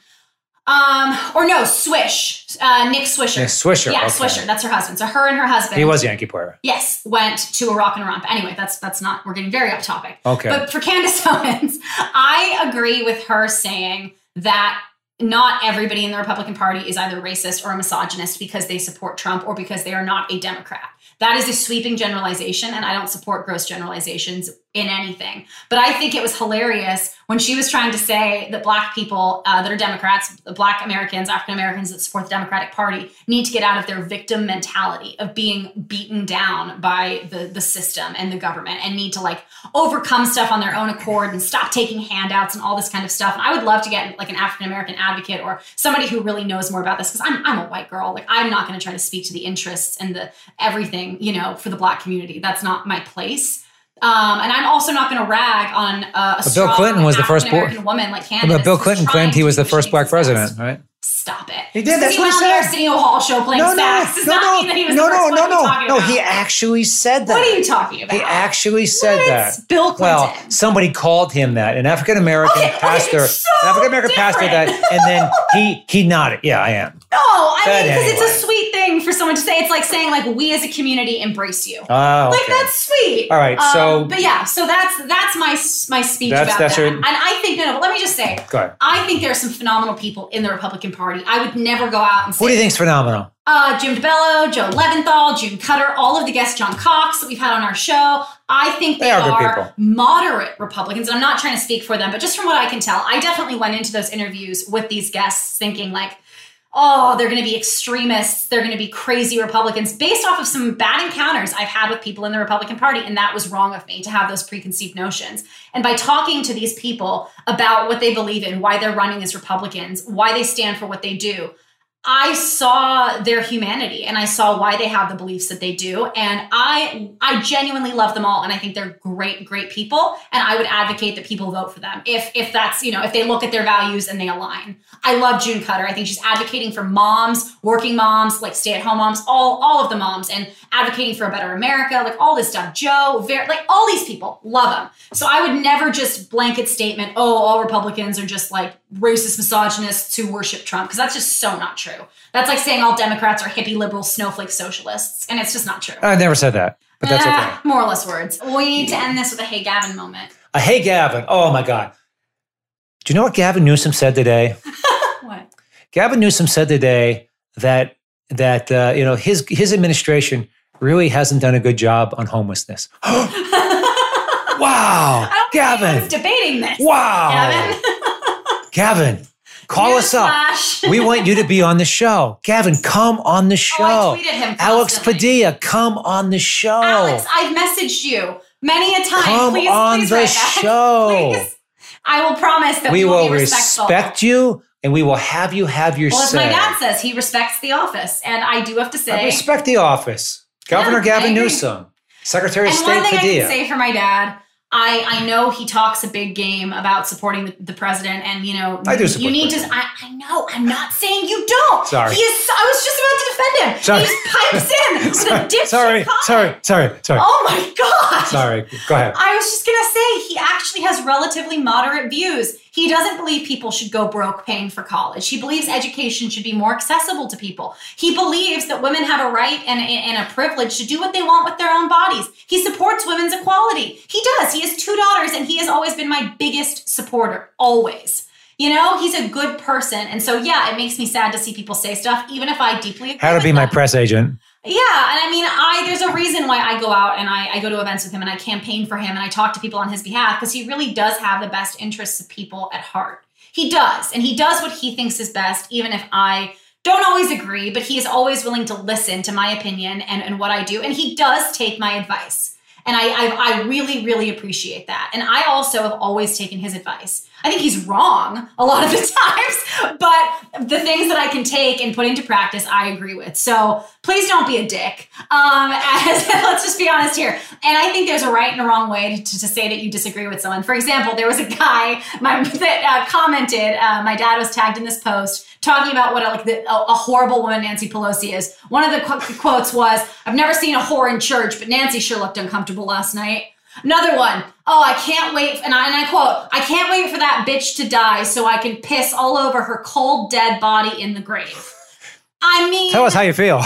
Speaker 2: Um, or no, Swish, uh, Nick Swisher.
Speaker 3: Nick Swisher,
Speaker 2: Yeah,
Speaker 3: okay.
Speaker 2: Swisher. That's her husband. So her and her husband.
Speaker 3: He was a Yankee player.
Speaker 2: Yes, went to Iraq and Iran. But anyway, that's that's not. We're getting very off topic.
Speaker 3: Okay.
Speaker 2: But for Candace Owens, I agree with her saying that not everybody in the Republican Party is either racist or a misogynist because they support Trump or because they are not a Democrat. That is a sweeping generalization, and I don't support gross generalizations in anything. But I think it was hilarious when she was trying to say that black people uh, that are Democrats, black Americans, African Americans that support the Democratic Party need to get out of their victim mentality of being beaten down by the, the system and the government and need to like overcome stuff on their own accord and stop taking handouts and all this kind of stuff. And I would love to get like an African American advocate or somebody who really knows more about this because I'm, I'm a white girl. Like I'm not going to try to speak to the interests and the everything, you know, for the black community. That's not my place. Um, and I'm also not going to rag on uh, a
Speaker 3: But Bill
Speaker 2: strong
Speaker 3: Clinton was the first bo-
Speaker 2: African-American woman like
Speaker 3: But
Speaker 2: Candace.
Speaker 3: Bill
Speaker 2: who's
Speaker 3: Clinton
Speaker 2: trying
Speaker 3: claimed he
Speaker 2: to
Speaker 3: was the
Speaker 2: do
Speaker 3: first
Speaker 2: things
Speaker 3: black president,
Speaker 2: best.
Speaker 3: right
Speaker 2: Stop it.
Speaker 4: He did, that's
Speaker 2: he
Speaker 4: what he
Speaker 2: went on the
Speaker 4: said.
Speaker 2: Arsenio Hall show playing
Speaker 4: No, no,
Speaker 2: sax. Does
Speaker 4: no,
Speaker 2: not
Speaker 4: no,
Speaker 2: mean that he was
Speaker 4: no,
Speaker 2: the first
Speaker 4: no,
Speaker 2: one
Speaker 4: no,
Speaker 2: to be
Speaker 4: no,
Speaker 2: talking
Speaker 4: no.
Speaker 2: about.
Speaker 4: He actually said that.
Speaker 2: What are you talking about?
Speaker 4: He actually said
Speaker 2: What?
Speaker 3: that.
Speaker 2: Bill Clinton.
Speaker 3: Well, somebody called him that, an African American
Speaker 2: Okay, okay,
Speaker 3: pastor,
Speaker 2: it's so
Speaker 3: an African American pastor that,
Speaker 2: different.
Speaker 3: and then he he nodded. Yeah, I am.
Speaker 2: no, I
Speaker 3: But
Speaker 2: mean because
Speaker 3: anyway.
Speaker 2: it's a sweet thing for someone to say. It's like saying like we as a community embrace you.
Speaker 3: Oh,
Speaker 2: Like
Speaker 3: okay.
Speaker 2: that's sweet.
Speaker 3: All right,
Speaker 2: Um,
Speaker 3: so-
Speaker 2: but yeah, so that's that's my s- my speech
Speaker 3: That's-
Speaker 2: about
Speaker 3: that's
Speaker 2: that.
Speaker 3: your-
Speaker 2: and I think no, no, but let me just say,
Speaker 3: Go ahead.
Speaker 2: I think there are some phenomenal people in the Republican Party. I would never go out and say
Speaker 3: Who do you think's phenomenal?
Speaker 2: uh, Jim DeBello, Joe Leventhal, June Cutter, all of the guests, John Cox that we've had on our show. I think they,
Speaker 3: They are good people.
Speaker 2: moderate Republicans. And I'm not trying to speak for them, but just from what I can tell, I definitely went into those interviews with these guests thinking like, oh, they're going to be extremists. They're going to be crazy Republicans based off of some bad encounters I've had with people in the Republican Party. And that was wrong of me to have those preconceived notions. And by talking to these people about what they believe in, why they're running as Republicans, why they stand for what they do, I saw their humanity and I saw why they have the beliefs that they do. And I I genuinely love them all. And I think they're great, great people. And I would advocate that people vote for them if if that's, you know, if they look at their values and they align. I love June Cutter. I think she's advocating for moms, working moms, like stay-at-home moms, all all of the moms, and advocating for a better America, like all this stuff. Joe, Ver, like all these people, love them. So I would never just blanket statement, oh, all Republicans are just like racist misogynists who worship Trump, because that's just so not true. That's like saying all Democrats are hippie liberal snowflake socialists, and it's just not true.
Speaker 3: I never said that, Uh, but that's okay.
Speaker 2: Ah, more or less words. We need to end this with a hey Gavin moment.
Speaker 3: Uh, hey, Gavin. Oh my God. Do you know what Gavin Newsom said today?
Speaker 2: What?
Speaker 3: Gavin Newsom said today that that uh, you know his his administration really hasn't done a good job on homelessness.
Speaker 2: I
Speaker 3: wow,
Speaker 2: don't think
Speaker 3: Gavin.
Speaker 2: anyone's debating this.
Speaker 3: Wow,
Speaker 2: Gavin.
Speaker 3: Gavin, call us up.
Speaker 2: Newsflash.
Speaker 3: we want you to be on the show. Gavin, come on the show.
Speaker 2: Oh, I tweeted him
Speaker 3: Alex
Speaker 2: constantly.
Speaker 3: Padilla, come on the show.
Speaker 2: Alex, I've messaged you many a time.
Speaker 3: come
Speaker 2: please,
Speaker 3: on
Speaker 2: please
Speaker 3: the
Speaker 2: write back.
Speaker 3: show.
Speaker 2: Please. I will promise that
Speaker 3: We,
Speaker 2: we,
Speaker 3: will
Speaker 2: be respectful.
Speaker 3: respect you and we will have you have your
Speaker 2: Well, as
Speaker 3: say.
Speaker 2: my dad says, he respects the office, and I do have to
Speaker 3: I
Speaker 2: say.
Speaker 3: respect the office. Governor
Speaker 2: Yeah, I
Speaker 3: Gavin
Speaker 2: agree.
Speaker 3: Newsom, Secretary of
Speaker 2: And
Speaker 3: State
Speaker 2: one thing I
Speaker 3: Padilla.
Speaker 2: can say for my dad, I I know he talks a big game about supporting the, the president, and you know
Speaker 3: I do
Speaker 2: you-
Speaker 3: support
Speaker 2: you need
Speaker 3: the
Speaker 2: to. I, I know. I'm not saying you don't.
Speaker 3: Sorry.
Speaker 2: He is. I was just about to defend him.
Speaker 3: Sorry.
Speaker 2: He just pipes in with a dipshit
Speaker 3: sorry,
Speaker 2: comment.
Speaker 3: sorry, sorry, sorry,
Speaker 2: Oh my god.
Speaker 3: sorry. Go ahead.
Speaker 2: I was just gonna say he actually has relatively moderate views. He doesn't believe people should go broke paying for college. He believes education should be more accessible to people. He believes that women have a right and, and and a privilege to do what they want with their own bodies. He supports women's equality. He does. He has two daughters, and he has always been my biggest supporter. Always. You know, he's a good person. And so, yeah, it makes me sad to see people say stuff, even if I deeply agree.
Speaker 3: How to
Speaker 2: with
Speaker 3: be my
Speaker 2: them.
Speaker 3: press agent.
Speaker 2: Yeah, and I mean, I there's a reason why I go out and I, I go to events with him and I campaign for him and I talk to people on his behalf because he really does have the best interests of people at heart. He does, and he does what he thinks is best, even if I don't always agree. But he is always willing to listen to my opinion and, and what I do, and he does take my advice. And I, I, I really, really appreciate that. And I also have always taken his advice. I think he's wrong a lot of the times, but the things that I can take and put into practice, I agree with. So please don't be a dick. Um, as, let's just be honest here. And I think there's a right and a wrong way to, to say that you disagree with someone. For example, there was a guy my, that uh, commented, uh, my dad was tagged in this post talking about what a, like the, a, a horrible woman Nancy Pelosi is. One of the qu- quotes was, "I've never seen a whore in church, but Nancy sure looked uncomfortable last night." Another one, oh, I can't wait, and I, and I quote, I can't wait for that bitch to die so I can piss all over her cold, dead body in the grave. I mean,
Speaker 3: Tell us how you feel.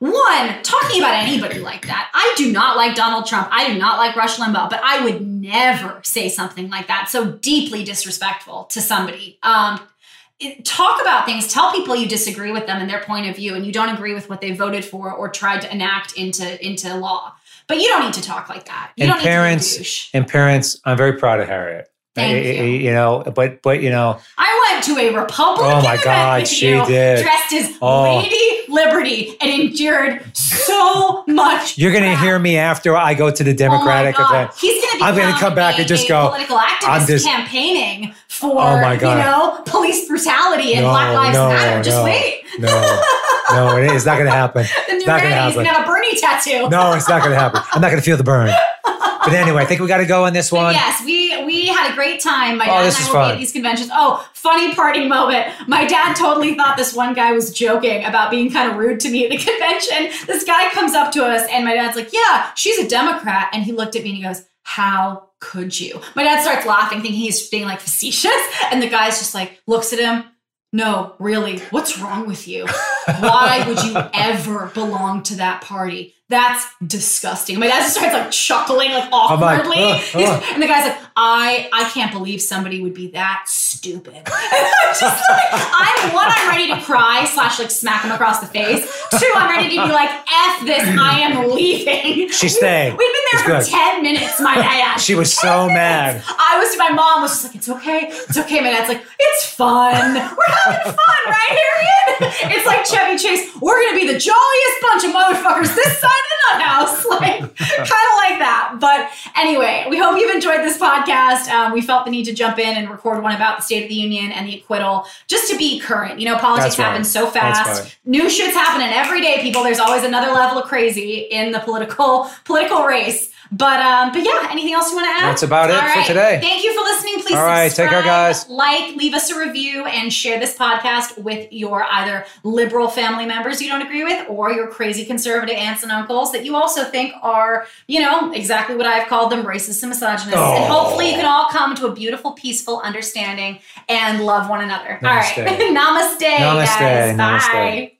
Speaker 2: one, talking about anybody like that, I do not like Donald Trump. I do not like Rush Limbaugh, but I would never say something like that. So deeply disrespectful to somebody. Um, it- talk about things, tell people you disagree with them and their point of view, and you don't agree with what they voted for or tried to enact into, into law. But you don't need to talk like that. You
Speaker 3: And
Speaker 2: don't need
Speaker 3: parents-
Speaker 2: to be a douche.
Speaker 3: And parents, I'm very proud of Harriet.
Speaker 2: Thank
Speaker 3: I- I-
Speaker 2: you.
Speaker 3: I- know, but but you know,
Speaker 2: I went to a Republican
Speaker 3: Oh my
Speaker 2: event
Speaker 3: God,
Speaker 2: with
Speaker 3: she
Speaker 2: you,
Speaker 3: did.
Speaker 2: dressed as
Speaker 3: Oh.
Speaker 2: Lady Liberty and endured so much.
Speaker 3: you're going to
Speaker 2: crap.
Speaker 3: hear me after I go to the Democratic
Speaker 2: oh my God.
Speaker 3: event.
Speaker 2: He's going to
Speaker 3: I'm gonna come back and just go,
Speaker 2: political activist
Speaker 3: I'm just-
Speaker 2: campaigning for
Speaker 3: Oh my God.
Speaker 2: you know police brutality and Black Lives Matter. Just
Speaker 3: no,
Speaker 2: wait.
Speaker 3: No, no, it- it's not going to happen.
Speaker 2: The new
Speaker 3: not gonna
Speaker 2: guy, he's
Speaker 3: happen.
Speaker 2: gonna have a Bernie tattoo.
Speaker 3: No, it's not going to happen. I'm not going to feel the burn. But anyway, I think we got to go on this
Speaker 2: But
Speaker 3: one.
Speaker 2: yes, we we had a great time. My
Speaker 3: Oh,
Speaker 2: dad and
Speaker 3: this
Speaker 2: I
Speaker 3: is
Speaker 2: will be
Speaker 3: fun.
Speaker 2: at these conventions. Oh, funny party moment. My dad totally thought this one guy was joking about being kind of rude to me at the convention. This guy comes up to us and my dad's like, Yeah, she's a Democrat. And he looked at me and he goes, How could you? My dad starts laughing, thinking he's being like facetious, and the guy's just like looks at him. No, really, what's wrong with you? Why would you ever belong to that party? That's disgusting. My dad just starts like chuckling like
Speaker 3: I'm like,
Speaker 2: awkwardly.
Speaker 3: "Ugh,
Speaker 2: He's-
Speaker 3: ugh."
Speaker 2: and the guy's like, I I can't believe somebody would be that stupid. And I'm just like, I'm one, I'm ready to cry, slash like smack him across the face. Two, I'm ready to be like, F this, I am leaving.
Speaker 3: She stayed.
Speaker 2: We've been there
Speaker 3: It's
Speaker 2: for
Speaker 3: good.
Speaker 2: 10 minutes, my dad.
Speaker 3: She was so mad.
Speaker 2: I was, my mom was just like, it's okay, it's okay. My dad's like, it's fun. We're having fun, right, Harriet? It's like Chevy Chase. We're going to be the jolliest bunch of motherfuckers this side of the nut house. Like, kind of like that. But anyway, we hope you've enjoyed this podcast. Um, we felt the need to jump in and record one about the State of the Union and the acquittal just to be current. You know, politics
Speaker 3: That's right.
Speaker 2: happens so
Speaker 3: That's
Speaker 2: fast
Speaker 3: right.
Speaker 2: new shit's happening every day people there's always another level of crazy in the political political race but um but yeah anything else you want to add
Speaker 3: That's about it
Speaker 2: All
Speaker 3: for
Speaker 2: right.
Speaker 3: today.
Speaker 2: thank you for listening please
Speaker 3: All right, take care,
Speaker 2: subscribe,
Speaker 3: guys.
Speaker 2: like leave us a review and share this podcast with your either liberal family members you don't agree with or your crazy conservative aunts and uncles that you also think are you know exactly what i've called them racist and misogynists and
Speaker 3: Oh.
Speaker 2: hopefully you can all come to a beautiful peaceful understanding and love one another all right
Speaker 3: Namaste.
Speaker 2: namaste, guys.
Speaker 3: Namaste, namaste.
Speaker 2: bye